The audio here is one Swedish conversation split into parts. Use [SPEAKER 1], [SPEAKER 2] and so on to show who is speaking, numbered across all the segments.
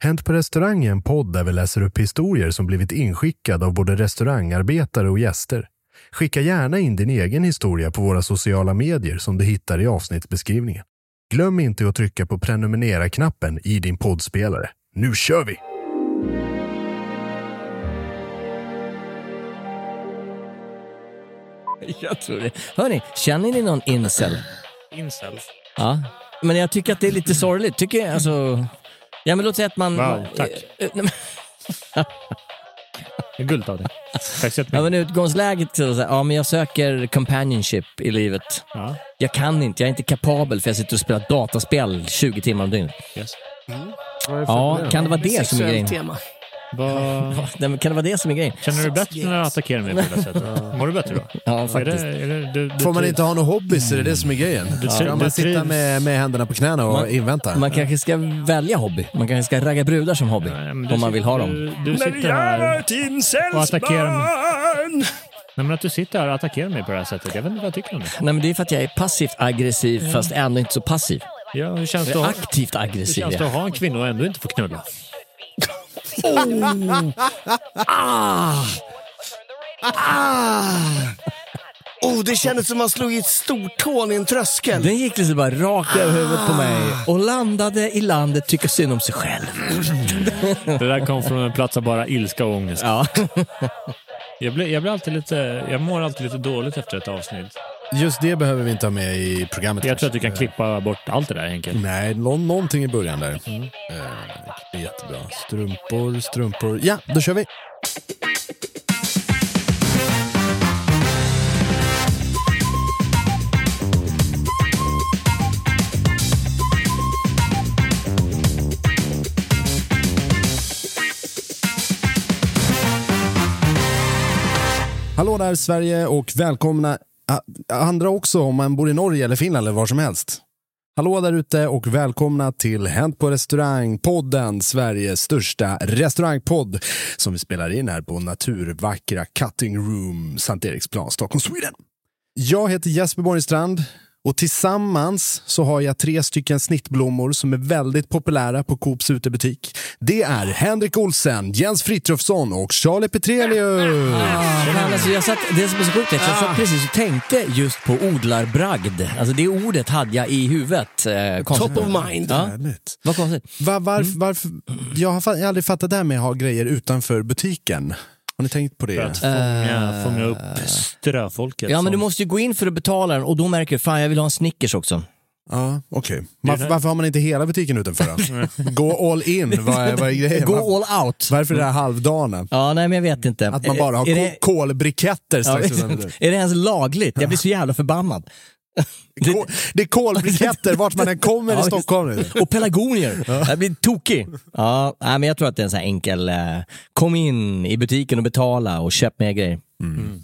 [SPEAKER 1] Hänt på restaurang är en podd där vi läser upp historier som blivit inskickade av både restaurangarbetare och gäster. Skicka gärna in din egen historia på våra sociala medier som du hittar i avsnittsbeskrivningen. Glöm inte att trycka på prenumerera-knappen i din poddspelare. Nu kör vi!
[SPEAKER 2] Jag tror det. Hörni, känner ni någon incel?
[SPEAKER 3] Incels.
[SPEAKER 2] Ja. Men jag tycker att det är lite sorgligt. Tycker jag, alltså... Ja, men låt säga att man...
[SPEAKER 3] Wow, tack.
[SPEAKER 2] Eh, eh,
[SPEAKER 3] Det är guld av dig. Tack så
[SPEAKER 2] Ja,
[SPEAKER 3] jättemycket.
[SPEAKER 2] men utgångsläget är så här, ja men jag söker companionship i livet.
[SPEAKER 3] Ja,
[SPEAKER 2] Jag kan inte, jag är inte kapabel för jag sitter och spelar dataspel 20 timmar om dygnet.
[SPEAKER 3] yes.
[SPEAKER 2] Ja, kan det vara det som är grejen?
[SPEAKER 4] tema.
[SPEAKER 3] Vad...
[SPEAKER 2] Nej, men Kan det vara det som är grejen?
[SPEAKER 3] Känner du dig bättre när du attackerar mig på det sättet? Mår du bättre då?
[SPEAKER 2] Ja,
[SPEAKER 3] Är det,
[SPEAKER 2] faktiskt.
[SPEAKER 3] är det, du, du,
[SPEAKER 4] Får man
[SPEAKER 3] du-
[SPEAKER 4] inte ha några hobbys? Är det det som är grejen? Ska
[SPEAKER 3] du
[SPEAKER 4] man sitta
[SPEAKER 3] trivs-
[SPEAKER 4] med, med händerna på knäna och invänta?
[SPEAKER 2] Man kanske ska välja hobby. Man kanske ska ragga brudar som hobby.
[SPEAKER 3] Nej, men du
[SPEAKER 2] Om man vill ha dem.
[SPEAKER 3] Du, du sitter här... och attackerar mig. Nej, men att du sitter här och attackerar mig på det här sättet. Jag vet inte vad jag tycker om det.
[SPEAKER 2] Nej, men det är för att jag är passivt aggressiv fast ändå inte så passiv.
[SPEAKER 3] Ja, hur känns det
[SPEAKER 2] Jag är
[SPEAKER 3] att ha-
[SPEAKER 2] aktivt
[SPEAKER 3] hur
[SPEAKER 2] aggressiv.
[SPEAKER 3] känns det
[SPEAKER 2] ja.
[SPEAKER 3] att ha en kvinna och ändå inte få knulla?
[SPEAKER 2] Oh!
[SPEAKER 4] Ah!
[SPEAKER 2] Ah!
[SPEAKER 4] Oh, det kändes som man slog i ett stortån i en tröskel.
[SPEAKER 2] Den gick liksom bara rakt över huvudet på mig och landade i landet tycker synd om sig själv.
[SPEAKER 3] Det där kom från en plats av bara ilska och ångest.
[SPEAKER 2] Ja.
[SPEAKER 3] Jag blir, jag blir alltid lite... Jag mår alltid lite dåligt efter ett avsnitt.
[SPEAKER 4] Just det behöver vi inte ha med i programmet.
[SPEAKER 3] Jag tror att
[SPEAKER 4] kanske.
[SPEAKER 3] du kan klippa bort allt det där, Henke. Mm.
[SPEAKER 4] Nej, nå- någonting i början där. Eh, det är jättebra. Strumpor, strumpor. Ja, då kör vi! Hallå där Sverige och välkomna ah, andra också om man bor i Norge eller Finland eller var som helst. Hallå där ute och välkomna till Hänt på restaurang-podden, Sveriges största restaurangpodd som vi spelar in här på naturvackra Cutting Room, Sankt Eriksplan, Stockholm, Sweden. Jag heter Jesper Borgenstrand och tillsammans så har jag tre stycken snittblommor som är väldigt populära på Coops utebutik. Det är Henrik Olsen, Jens Frithiofsson och Charlie Petrelius.
[SPEAKER 2] Men alltså jag satt, det som är så sjukt är att jag satt precis och tänkte just på odlarbragd. Alltså det ordet hade jag i huvudet. Eh, Top
[SPEAKER 4] Alltså,
[SPEAKER 2] of mind. Mm. Ja,
[SPEAKER 4] Härligt.
[SPEAKER 2] vad konstigt.
[SPEAKER 4] Va, varf, varf, jag har fa- jag har aldrig fattat det här med att ha grejer utanför butiken. Har ni tänkt på
[SPEAKER 3] För
[SPEAKER 4] det?
[SPEAKER 3] att fånga,
[SPEAKER 2] Eh.
[SPEAKER 3] fånga upp ströfolket.
[SPEAKER 2] Ja,
[SPEAKER 3] som-
[SPEAKER 2] men du måste ju gå in för att betala den och då märker du, fan jag vill ha en Snickers också.
[SPEAKER 4] Ja, okej. Varför, varför har man inte hela butiken utanför då? Gå all in, vad är, vad är grejen? Varför-
[SPEAKER 2] Gå all out.
[SPEAKER 4] Varför är det här halvdana?
[SPEAKER 2] Ja, nej men jag vet inte.
[SPEAKER 4] Att man bara har
[SPEAKER 2] Är
[SPEAKER 4] ko-
[SPEAKER 2] det-
[SPEAKER 4] kolbriketter
[SPEAKER 2] Ja,
[SPEAKER 4] strax utanför.
[SPEAKER 2] exakt. är det ens lagligt? Jag blir så jävla förbannad.
[SPEAKER 4] Ko- Det är kolbriketter vart man än kommer i
[SPEAKER 2] Ja,
[SPEAKER 4] Stockholm nu.
[SPEAKER 2] Och pelargonier. Jag blir tokig. Ja, nej, men jag tror att det är en sån här enkel, eh, kom in i butiken och betala och köp mer grejer.
[SPEAKER 4] Mm.
[SPEAKER 3] Mm.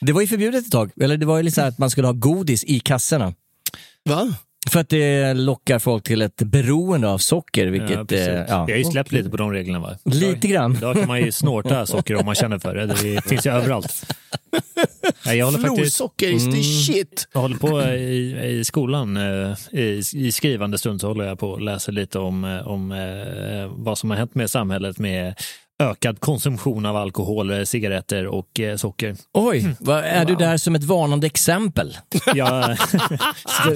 [SPEAKER 2] Det var ju förbjudet ett tag, eller det var ju lite så här att man skulle ha godis i kassorna.
[SPEAKER 5] Va?
[SPEAKER 2] För att det lockar folk till ett beroende av socker, vilket...
[SPEAKER 3] precis.
[SPEAKER 2] eh, ja.
[SPEAKER 3] Vi har ju släppt lite på de reglerna va?
[SPEAKER 2] Lite grann.
[SPEAKER 3] Idag kan man ju snorta socker om man känner för det. Det finns ju överallt. Nej, Jag håller faktiskt
[SPEAKER 5] Florsocker is
[SPEAKER 2] Mm.
[SPEAKER 5] the shit.
[SPEAKER 3] jag håller på i, i skolan, eh, i, i skrivande stund så håller jag på och läser lite om, eh, om eh, vad som har hänt med samhället med ökad konsumtion av alkohol, eh, cigaretter och eh, socker.
[SPEAKER 2] Oj, vad, är du där som ett varnande exempel?
[SPEAKER 3] Jag,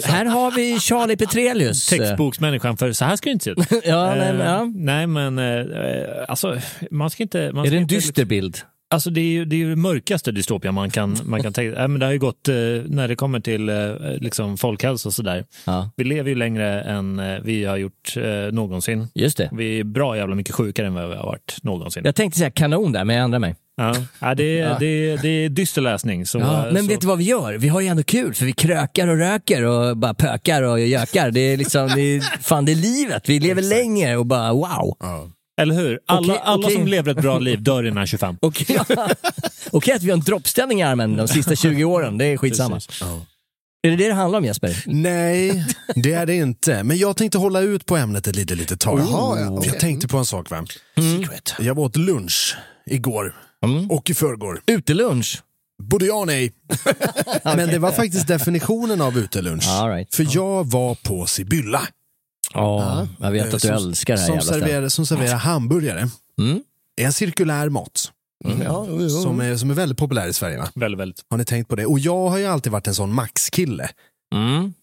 [SPEAKER 2] här har vi Charlie Petrelius.
[SPEAKER 3] textboksmänniskan, för så här ska det inte se ut.
[SPEAKER 2] Ja, nej, men, ja.
[SPEAKER 3] Eh, nej, men eh, alltså, man ska inte... Man
[SPEAKER 2] Är
[SPEAKER 3] ska
[SPEAKER 2] det en
[SPEAKER 3] inte-
[SPEAKER 2] dyster bild?
[SPEAKER 3] Alltså det är ju det, är ju det mörkaste dystopian man kan, man kan tänka äh, men Det har ju gått, eh, när det kommer till eh, liksom folkhälsa och sådär.
[SPEAKER 2] Ja.
[SPEAKER 3] Vi lever ju längre än eh, vi har gjort eh, någonsin.
[SPEAKER 2] Just det.
[SPEAKER 3] Vi är bra jävla mycket sjukare än vad vi har varit någonsin.
[SPEAKER 2] Jag tänkte säga kanon där, men jag ändrar mig.
[SPEAKER 3] Ja. Ja, det, är- det, är- det är dyster läsning. Så,
[SPEAKER 2] Ja, men
[SPEAKER 3] så,
[SPEAKER 2] vet du vad vi gör? Vi har ju ändå kul för vi krökar och röker och bara pökar och gökar. Det är liksom, det är, fan det är livet. Vi lever längre och bara wow.
[SPEAKER 3] Eller hur? Alla,
[SPEAKER 2] Okej,
[SPEAKER 3] alla
[SPEAKER 2] okej.
[SPEAKER 3] som lever ett bra liv dör innan 25.
[SPEAKER 2] Och, Okej att vi har en droppställning i armen de sista 20 åren, det är skitsamma.
[SPEAKER 3] Precis.
[SPEAKER 2] Är det det det handlar om Jesper?
[SPEAKER 4] Mm. Nej, det är det inte. Men jag tänkte hålla ut på ämnet ett litet, litet tag. Mm.
[SPEAKER 5] Jaha, ja, okej.
[SPEAKER 4] Jag tänkte på en sak. Va?
[SPEAKER 2] Mm.
[SPEAKER 5] Secret.
[SPEAKER 4] Jag åt lunch igår och i förrgår.
[SPEAKER 2] Utelunch?
[SPEAKER 4] Både ja och nej. Men det var faktiskt definitionen av utelunch.
[SPEAKER 2] All right.
[SPEAKER 4] För jag var på Sibylla. Eh,
[SPEAKER 2] Ja, jag vet att du
[SPEAKER 4] som-
[SPEAKER 2] älskar det här
[SPEAKER 4] som
[SPEAKER 2] jävla stället.
[SPEAKER 4] serverar, som serverar hamburgare.
[SPEAKER 2] Mm.
[SPEAKER 4] En cirkulär mat
[SPEAKER 5] Ja, jo, jo.
[SPEAKER 4] som är, som är väldigt populär i Sverige. Va?
[SPEAKER 3] Väldigt, väldigt.
[SPEAKER 4] Har ni tänkt på det? Och jag har ju alltid varit en sån maxkille.
[SPEAKER 2] Mm.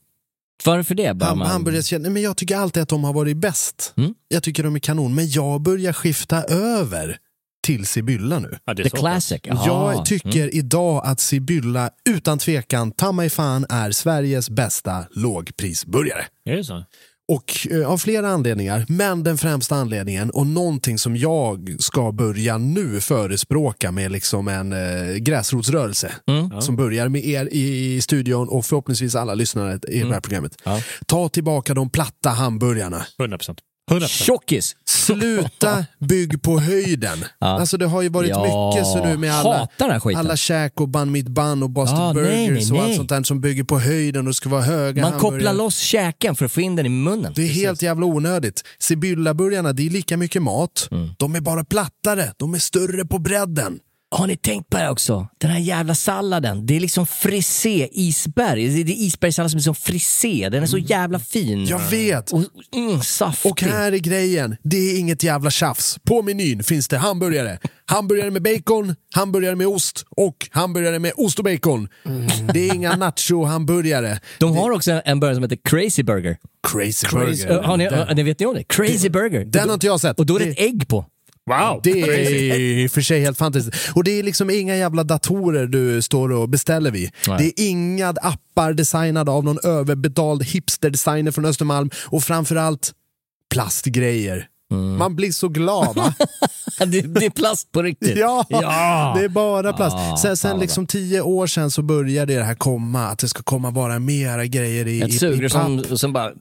[SPEAKER 2] Varför det? Bara
[SPEAKER 4] Ham,
[SPEAKER 2] man...
[SPEAKER 4] hamburgare, nej, men jag tycker alltid att de har varit bäst.
[SPEAKER 2] Mm.
[SPEAKER 4] Jag tycker de är kanon, men jag börjar skifta över till Sibylla nu.
[SPEAKER 3] Ja, det är
[SPEAKER 2] The
[SPEAKER 3] så. Mm.
[SPEAKER 2] classic? Mm. Jaha.
[SPEAKER 4] Jag tycker idag att Sibylla utan tvekan, ta mig fan, är Sveriges bästa lågprisburgare.
[SPEAKER 3] Är det så?
[SPEAKER 4] Och eh, av flera anledningar, men den främsta anledningen och någonting som jag ska börja nu förespråka med liksom en eh, gräsrotsrörelse
[SPEAKER 2] Mm.
[SPEAKER 4] som börjar med er i, i studion och förhoppningsvis alla lyssnare i det här
[SPEAKER 2] Mm.
[SPEAKER 4] programmet. Ta tillbaka de platta hamburgarna.
[SPEAKER 3] 100 procent. 100
[SPEAKER 2] Tjockis!
[SPEAKER 4] Sluta bygg på höjden. Alltså det har ju varit
[SPEAKER 2] Ja,
[SPEAKER 4] mycket så nu med alla,
[SPEAKER 2] hatar den här skiten.
[SPEAKER 4] alla käk och bun mitt bun och Boston
[SPEAKER 2] Ja, nej,
[SPEAKER 4] Burgers och
[SPEAKER 2] nej,
[SPEAKER 4] allt
[SPEAKER 2] nej.
[SPEAKER 4] sånt där som bygger på höjden och det ska vara höga
[SPEAKER 2] Man
[SPEAKER 4] hamburgare.
[SPEAKER 2] kopplar loss käken för att få in den i munnen.
[SPEAKER 4] Det är helt jävla onödigt. Sibyllaburgarna, det är lika mycket mat.
[SPEAKER 2] Mm.
[SPEAKER 4] De är bara plattare, de är större på bredden.
[SPEAKER 2] Har ni tänkt på det här också? Den här jävla salladen. Det är liksom frisé-isberg. Det är isbergssallad som är som frisé. Den är så jävla fin.
[SPEAKER 4] Mm. Jag vet.
[SPEAKER 2] Och mm, saftig.
[SPEAKER 4] Och här är grejen, det är inget jävla tjafs. På menyn finns det hamburgare. Hamburgare med bacon, hamburgare med ost och hamburgare med ost och bacon. Det är inga nacho-hamburgare.
[SPEAKER 2] De har också en- en burgare som heter Crazy Burger.
[SPEAKER 4] Crazy,
[SPEAKER 2] Ö,
[SPEAKER 4] burger.
[SPEAKER 2] Har ni, ö, vet ni om det? Crazy Burger.
[SPEAKER 4] Den har inte jag sett.
[SPEAKER 2] Och då är det ett ägg på.
[SPEAKER 3] Wow!
[SPEAKER 4] Det är i och för sig helt fantastiskt. Och det är liksom inga jävla datorer du står och beställer vid.
[SPEAKER 2] Nej.
[SPEAKER 4] Det är inga appar designade av någon överbetald hipsterdesigner från Östermalm. Och framförallt plastgrejer.
[SPEAKER 2] Mm.
[SPEAKER 4] Man blir så glad va?
[SPEAKER 2] det, det är plast på riktigt.
[SPEAKER 4] ja,
[SPEAKER 2] Ja.
[SPEAKER 4] det är bara plast.
[SPEAKER 2] Ja,
[SPEAKER 4] sen
[SPEAKER 2] fan
[SPEAKER 4] sen
[SPEAKER 2] vad
[SPEAKER 4] liksom tio år sedan så började det här komma, att det ska komma bara mera grejer i,
[SPEAKER 2] Ett
[SPEAKER 4] i, i
[SPEAKER 2] sugrör
[SPEAKER 4] papp
[SPEAKER 2] som, som bara...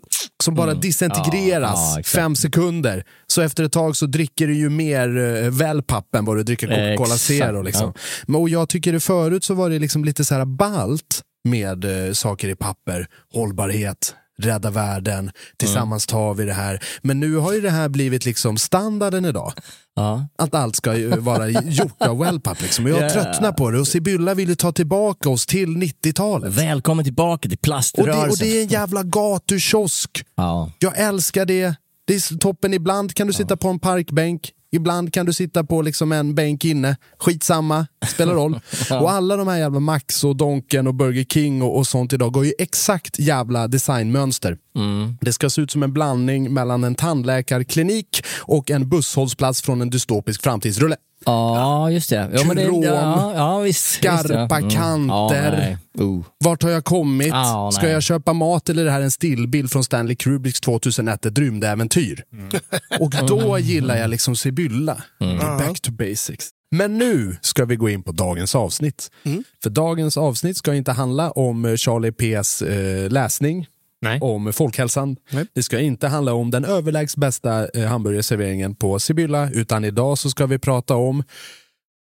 [SPEAKER 4] som bara disintegreras
[SPEAKER 2] Mm. Ja, ja, exakt.
[SPEAKER 4] fem sekunder. Så efter ett tag så dricker du ju mer eh, Wellpapp än vad du dricker Coca-Cola
[SPEAKER 2] Exakt,
[SPEAKER 4] Zero. Liksom. Men, och jag tycker det förut så var det liksom lite så här balt med eh, saker i papper, hållbarhet, rädda världen, tillsammans
[SPEAKER 2] Mm.
[SPEAKER 4] tar vi det här. Men nu har ju det här blivit liksom standarden idag.
[SPEAKER 2] Ja.
[SPEAKER 4] Att allt ska ju vara gjort av Wellpapp. Liksom. Och jag
[SPEAKER 2] Ja.
[SPEAKER 4] tröttnar på det och Sibylla vill ju ta tillbaka oss till 90-talet.
[SPEAKER 2] Välkommen tillbaka till
[SPEAKER 4] Och det,
[SPEAKER 2] plaströrelsen.
[SPEAKER 4] och det är en jävla gatukiosk.
[SPEAKER 2] Ja.
[SPEAKER 4] Jag älskar det. Det är toppen. Ibland kan du sitta på en parkbänk. Ibland kan du sitta på liksom en bänk inne. Skitsamma, spelar roll. Och alla de här jävla Max och Donken och Burger King och, och sånt idag går ju exakt jävla designmönster. Det ska se ut som en blandning mellan en tandläkarklinik och en busshållplats från en dystopisk framtidsrulle.
[SPEAKER 2] Ja, just det. Ja, men det
[SPEAKER 4] Krom.
[SPEAKER 2] ja, ja, visst, just det.
[SPEAKER 4] Skarpa kanter.
[SPEAKER 2] Ja, nej. Uh.
[SPEAKER 4] Vart har jag kommit?
[SPEAKER 2] Ah,
[SPEAKER 4] Ska
[SPEAKER 2] nej.
[SPEAKER 4] jag köpa mat eller är det här en stillbild från Stanley Kubricks 2001 Ett rymdäventyr? Och då gillar jag liksom Sibylla. Back to basics. Men nu ska vi gå in på dagens avsnitt. För dagens avsnitt ska inte handla om eh, Charlie P.s eh, läsning
[SPEAKER 3] Nej.
[SPEAKER 4] om folkhälsan. Det ska inte handla om den överlägset bästa eh, hamburgerserveringen på Sibylla, utan idag så ska vi prata om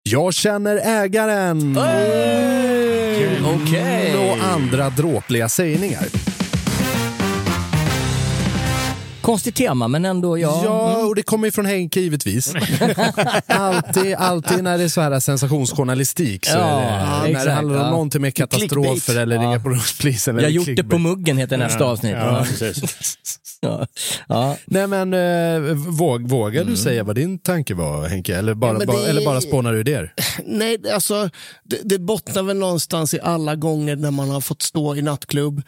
[SPEAKER 4] Jag känner ägaren!
[SPEAKER 2] Okej.
[SPEAKER 4] Och andra dråpliga sägningar.
[SPEAKER 2] Konstigt tema, men ändå ja.
[SPEAKER 4] Ja, och det kommer ju från Henke givetvis. alltid, alltid när det är så här sensationsjournalistik. Så
[SPEAKER 2] Ja,
[SPEAKER 4] är det, när
[SPEAKER 2] exakt,
[SPEAKER 4] det handlar om
[SPEAKER 2] ja.
[SPEAKER 4] någonting med katastrofer
[SPEAKER 2] Clickbait.
[SPEAKER 4] eller ringa
[SPEAKER 2] Ja.
[SPEAKER 4] på polisen.
[SPEAKER 2] Jag har
[SPEAKER 4] eller
[SPEAKER 2] gjort det på
[SPEAKER 4] clickbait.
[SPEAKER 2] muggen heter nästa avsnitt.
[SPEAKER 3] Ja,
[SPEAKER 2] Ja.
[SPEAKER 3] precis.
[SPEAKER 2] Ja. Ja.
[SPEAKER 4] Nej men, eh, våg, vågar du säga vad din tanke var Henke? Eller bara,
[SPEAKER 5] Mm. Ja, men
[SPEAKER 4] bara,
[SPEAKER 5] det-
[SPEAKER 4] eller bara spånar du idéer?
[SPEAKER 5] Nej, det- alltså, det, det bottnar väl någonstans i alla gånger när man har fått stå i nattklubb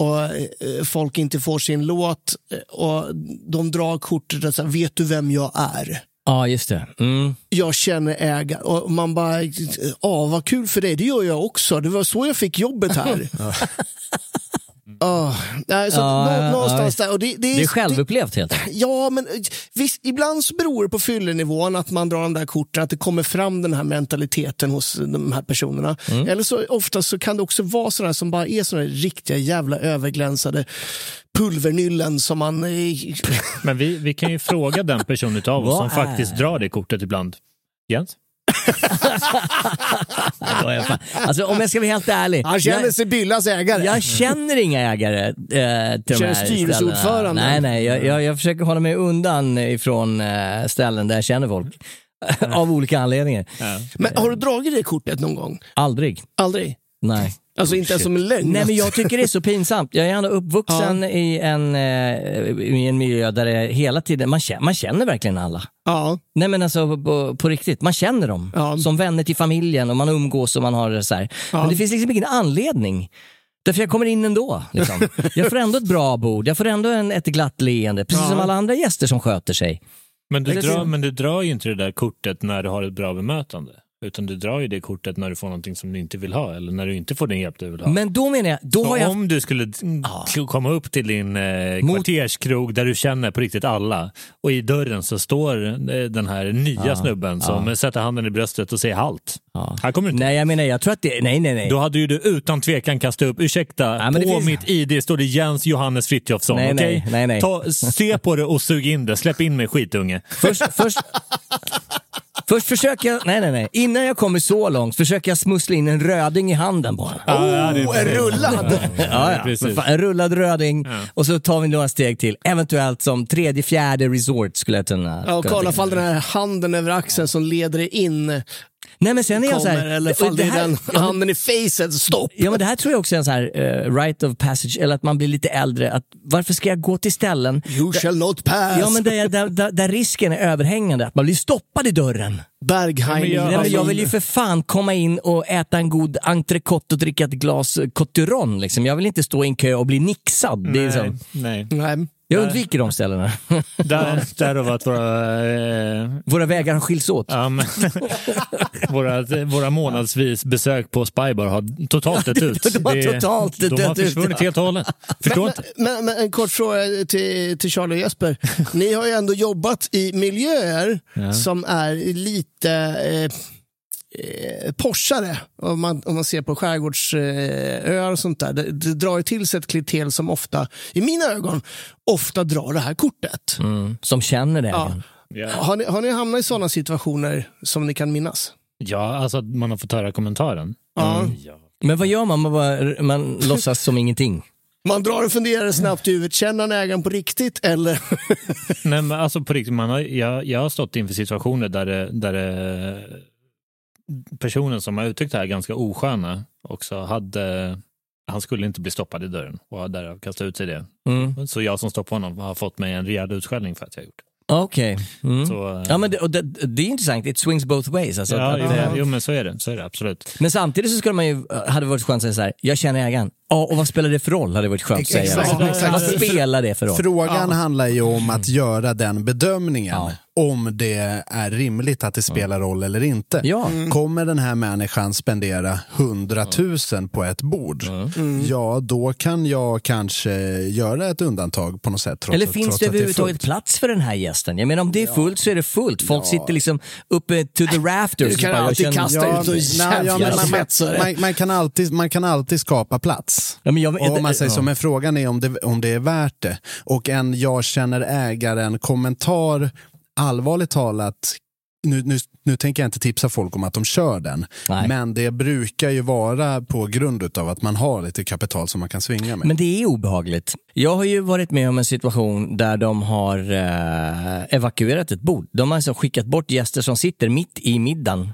[SPEAKER 5] och eh, folk inte får sin låt eh, och de drar kortet och säger vet du vem jag är?
[SPEAKER 2] ja, just det. Mm.
[SPEAKER 5] Jag känner ägaren. Och man bara, ja vad kul för dig, det gör jag också. Det var så jag fick jobbet här. Ah, nej, så
[SPEAKER 2] Ja,
[SPEAKER 5] nå-
[SPEAKER 2] ja, ja,
[SPEAKER 5] någonstans
[SPEAKER 2] visst.
[SPEAKER 5] där. Och det, det, är-
[SPEAKER 2] Det är självupplevt helt enkelt.
[SPEAKER 5] Ja, men eh, visst, ibland så beror det på fyllenivån att man drar de där korten, att det kommer fram den här mentaliteten hos de här personerna.
[SPEAKER 3] Mm.
[SPEAKER 5] Eller så ofta så kan det också vara sådana som bara är sådana riktiga jävla överglänsade pulvernyllen som man... eh,
[SPEAKER 3] Men vi, vi kan ju fråga den person utav oss
[SPEAKER 2] Vad
[SPEAKER 3] som
[SPEAKER 2] är-
[SPEAKER 3] faktiskt drar det kortet ibland. Jens?
[SPEAKER 2] Ja, då är jag fan- Alltså, om jag ska vara helt ärlig.
[SPEAKER 5] Han känner sig Byllas ägare.
[SPEAKER 2] jag, jag känner inga ägare eh, till de
[SPEAKER 5] Känner
[SPEAKER 2] här
[SPEAKER 5] styrelseordförande.
[SPEAKER 2] ställena. Nej, nej. Jag, jag, jag försöker hålla mig undan ifrån eh, ställen där jag känner folk.
[SPEAKER 5] Mm.
[SPEAKER 2] Av olika anledningar.
[SPEAKER 5] Men har du dragit det kortet någon gång?
[SPEAKER 2] Aldrig.
[SPEAKER 5] Aldrig?
[SPEAKER 2] Nej.
[SPEAKER 5] Alltså inte ens som en lögn?
[SPEAKER 2] Nej men jag tycker det är så pinsamt. Jag är ändå uppvuxen i, en, eh, i en miljö där det hela tiden, man känner, man känner verkligen alla.
[SPEAKER 5] Ja.
[SPEAKER 2] Nej men alltså på, på riktigt, man känner dem.
[SPEAKER 5] Ja.
[SPEAKER 2] Som vänner till familjen och man umgås och man har det så här. Men det finns liksom ingen anledning. Därför jag kommer in ändå. Liksom. Jag får ändå ett bra bord, jag får ändå en, ett glatt leende. Precis som alla andra gäster som sköter sig.
[SPEAKER 3] Men du,
[SPEAKER 2] Eller-
[SPEAKER 3] drar, men du drar ju inte det där kortet när du har ett bra bemötande. Utan du drar ju det kortet när du får någonting som du inte vill ha eller när du inte får den hjälp du vill ha.
[SPEAKER 2] Men då menar jag, då
[SPEAKER 3] Så
[SPEAKER 2] har jag...
[SPEAKER 3] om du skulle mm, k- komma upp till din eh,
[SPEAKER 2] Mot-
[SPEAKER 3] kvarterskrog där du känner på riktigt alla och i dörren så står eh, den här nya snubben som sätter handen i bröstet och säger halt. Här kommer du inte.
[SPEAKER 2] Nej jag menar, jag tror att det... Nej nej nej.
[SPEAKER 3] Då hade ju du utan tvekan kastat upp, ursäkta,
[SPEAKER 2] Ja, men
[SPEAKER 3] på
[SPEAKER 2] det finns-
[SPEAKER 3] mitt ID står det Jens Johannes Frithiofsson.
[SPEAKER 2] Nej, nej,
[SPEAKER 3] okej?
[SPEAKER 2] nej, nej.
[SPEAKER 3] Ta, se på det och sug in det, släpp in mig skitunge.
[SPEAKER 2] Först, först, först försöker jag, nej nej nej, innan jag kommer så långt försöker jag smussla in en röding i handen på honom.
[SPEAKER 3] Oh,
[SPEAKER 5] En rullad!
[SPEAKER 2] Ja, ja.
[SPEAKER 3] precis.
[SPEAKER 2] Men fan, En rullad röding och så tar vi några steg till, eventuellt som tredje, fjärde resort skulle jag kunna...
[SPEAKER 5] Ja, och
[SPEAKER 2] kunna
[SPEAKER 5] kolla
[SPEAKER 2] tänka
[SPEAKER 5] fall
[SPEAKER 2] mig.
[SPEAKER 5] den här handen över axeln som leder dig in
[SPEAKER 2] Nej men sen är jag så
[SPEAKER 5] kommer,
[SPEAKER 2] här,
[SPEAKER 5] eller fall
[SPEAKER 2] och
[SPEAKER 5] det är
[SPEAKER 2] här-
[SPEAKER 5] den
[SPEAKER 2] ja, men-
[SPEAKER 5] handen i facet, stopp!
[SPEAKER 2] Ja men det här tror jag också är en så här eh, right of passage, eller att man blir lite äldre. Att, varför ska jag gå till ställen
[SPEAKER 5] You shall not pass!
[SPEAKER 2] ja, men där, jag- där, där, där risken är överhängande, att man blir stoppad i dörren?
[SPEAKER 5] Berghain.
[SPEAKER 3] Ja, men
[SPEAKER 2] Nej, men jag
[SPEAKER 5] alltså-
[SPEAKER 2] vill ju för fan komma in och äta en god entrecote och dricka ett glas eh, Cotteron. Liksom. Jag vill inte stå i en kö och bli nixad. Det är liksom,
[SPEAKER 3] nej.
[SPEAKER 5] Nej.
[SPEAKER 2] jag undviker de ställena.
[SPEAKER 3] Där, därav att våra, eh,
[SPEAKER 2] Våra vägar har skiljs åt.
[SPEAKER 3] ja, men- våra, våra månadsvis besök på Spybar har totalt dött ut.
[SPEAKER 2] de har
[SPEAKER 3] Det-
[SPEAKER 2] totalt
[SPEAKER 3] de har
[SPEAKER 2] dött ut,
[SPEAKER 3] försvunnit
[SPEAKER 2] ja.
[SPEAKER 3] helt och hållet. Förstår inte.
[SPEAKER 5] Men, men en kort fråga till, till Charlie och Jesper. Ni har ju ändå jobbat i miljöer som är lite eh, eh, Porschare, om man, om man ser på skärgårdsöar eh, öar och sånt där. Det, det drar ju till sig ett klientel som ofta, i mina ögon, ofta drar det här kortet.
[SPEAKER 2] Mm. Som känner det.
[SPEAKER 5] Ja. Har, ni, har ni hamnat i sådana situationer som ni kan minnas?
[SPEAKER 3] Ja, alltså att man har fått höra kommentaren.
[SPEAKER 5] Ja.
[SPEAKER 2] Men vad gör man? Man, bara, man låtsas som ingenting.
[SPEAKER 5] Man drar och funderar snabbt i huvudet, känner han ägaren på riktigt eller?
[SPEAKER 3] Nej, men alltså på riktigt, man har, jag, jag har stått inför situationer där, det, där det, personen som har uttryckt det här ganska osköna också hade han skulle inte bli stoppad i dörren och har därav kastat ut sig det.
[SPEAKER 2] Mm.
[SPEAKER 3] Så jag som stoppade honom har fått mig en rejäl utskällning för att jag har gjort det.
[SPEAKER 2] Okej. Mm.
[SPEAKER 3] Så, eh,
[SPEAKER 2] Ja, men det, och det, det är intressant. It swings both ways. Alltså,
[SPEAKER 3] ja,
[SPEAKER 2] att, eh,
[SPEAKER 3] jo, men så är det. Så är det absolut.
[SPEAKER 2] Men samtidigt så skulle man ju, hade varit skönt att säga så här, jag känner ägaren. Ja, och vad spelar det för roll hade varit skönt att säga.
[SPEAKER 4] Exakt,
[SPEAKER 2] Vad-
[SPEAKER 4] exakt.
[SPEAKER 2] Vad spelar det för roll?
[SPEAKER 4] Frågan handlar ju om att göra den bedömningen om det är rimligt att det spelar roll eller inte.
[SPEAKER 2] Mm. Ja.
[SPEAKER 4] Kommer den här människan spendera 100 000 på ett bord? Ja, då kan jag kanske göra ett undantag på något sätt. Trots,
[SPEAKER 2] Eller finns
[SPEAKER 4] trots
[SPEAKER 2] det
[SPEAKER 4] att är fullt.
[SPEAKER 2] överhuvudtaget plats för den här gästen? Jag menar om det är fullt så är det fullt. Folk sitter liksom uppe to the rafters.
[SPEAKER 5] Du kan
[SPEAKER 2] Bara, jag
[SPEAKER 5] alltid
[SPEAKER 2] känner-
[SPEAKER 5] kasta ut någon
[SPEAKER 4] nej, ja, men
[SPEAKER 5] jävla
[SPEAKER 4] man,
[SPEAKER 5] svetsare.
[SPEAKER 4] man, man, man, kan alltid, man kan alltid skapa plats.
[SPEAKER 2] Ja, men jag-
[SPEAKER 4] Och om man säger
[SPEAKER 2] ja.
[SPEAKER 4] så, men frågan är om det, om det är värt det. Och en jag känner ägaren-kommentar, allvarligt talat, nu, nu, nu tänker jag inte tipsa folk om att de kör den,
[SPEAKER 2] Nej.
[SPEAKER 4] men det brukar ju vara på grund av att man har lite kapital som man kan svinga med.
[SPEAKER 2] Men det är obehagligt. Jag har ju varit med om en situation där de har eh, evakuerat ett bord. De har alltså skickat bort gäster som sitter mitt i middagen.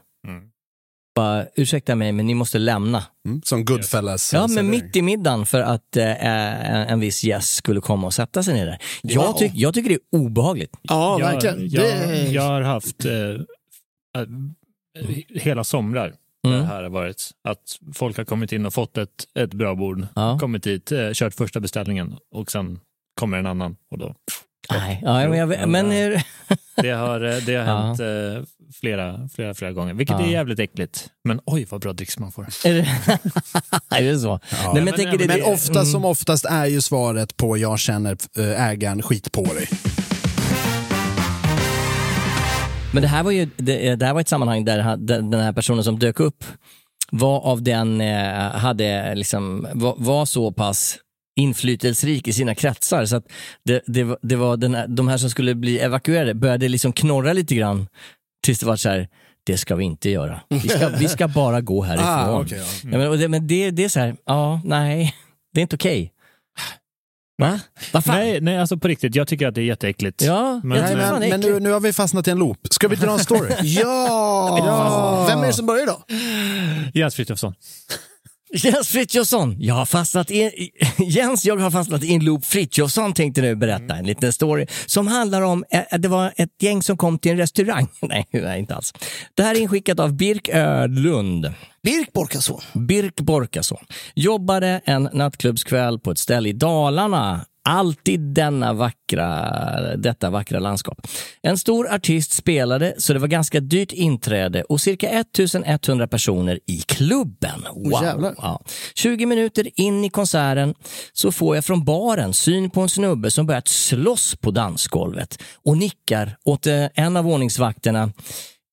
[SPEAKER 2] Bara, ursäkta mig, men ni måste lämna.
[SPEAKER 4] Mm, som Goodfellas.
[SPEAKER 2] Ja, men
[SPEAKER 4] servering.
[SPEAKER 2] mitt i middagen för att eh, en en viss gäst skulle komma och sätta sig ner där. Jag, tyck, jag tycker det är obehagligt. Mm.
[SPEAKER 5] Ja,
[SPEAKER 3] jag,
[SPEAKER 5] verkligen.
[SPEAKER 3] Jag,
[SPEAKER 5] det...
[SPEAKER 3] jag har haft eh, eh, hela somrar det här har varit. Att folk har kommit in och fått ett, ett bra bord,
[SPEAKER 2] Ja.
[SPEAKER 3] kommit dit, eh, kört första beställningen och sen kommer en annan. Och då.
[SPEAKER 2] Nej, ja, men, jag, men eh,
[SPEAKER 3] Det har, eh, det har hänt eh, flera, flera, flera gånger, vilket är jävligt äckligt. Men oj vad bra dricks man får.
[SPEAKER 2] är det, är det så? Nej, men jag tänker det, Mm.
[SPEAKER 4] Men
[SPEAKER 2] det,
[SPEAKER 4] ofta som oftast är ju svaret på jag känner eh, ägaren skit på dig.
[SPEAKER 2] Men det här var ju det, det här var ett sammanhang där han- den den här personen som dök upp var av den, eh, hade liksom, var, var så pass inflytelserik i sina kretsar så att det, det, var- det var den här, de här som skulle bli evakuerade började liksom knorra lite grann tills det var så här det ska vi inte göra. Vi ska, vi ska bara gå härifrån.
[SPEAKER 4] Ah, okej, ja.
[SPEAKER 2] ja. men, och det, men det, det är så här, ja, nej, det är inte okej. Va? Vad fan?
[SPEAKER 3] Nej, nej, alltså på riktigt, jag tycker att det är jätteäckligt.
[SPEAKER 2] Ja,
[SPEAKER 3] men,
[SPEAKER 4] Nej,
[SPEAKER 2] jag tycker-
[SPEAKER 3] men,
[SPEAKER 2] fan,
[SPEAKER 4] men, men nu,
[SPEAKER 2] äckligt.
[SPEAKER 4] nu har vi fastnat i en loop. Ska vi dra en story?
[SPEAKER 5] Ja! Vem är det som börjar då?
[SPEAKER 3] Jens Frithiofsson.
[SPEAKER 2] Jens Frithiofsson, jag har fastnat i, i- Jens, jag har fastnat i en loop. Frithiofsson tänkte nu
[SPEAKER 5] Mm.
[SPEAKER 2] berätta en liten story som handlar om eh, att det var ett gäng som kom till en restaurang. Nej, nej inte alls. Det här är inskickat av Birk Ödlund.
[SPEAKER 5] Birk Borkason.
[SPEAKER 2] Birk Borkason jobbade en nattklubbskväll på ett ställe i Dalarna. Alltid denna vackra, detta vackra landskap. En stor artist spelade så det var ganska dyrt inträde och cirka 1100 personer i klubben.
[SPEAKER 5] jävlar.
[SPEAKER 2] Ja. 20 minuter in i konserten så får jag från baren syn på en snubbe som börjat slåss på dansgolvet och nickar åt eh, en av ordningsvakterna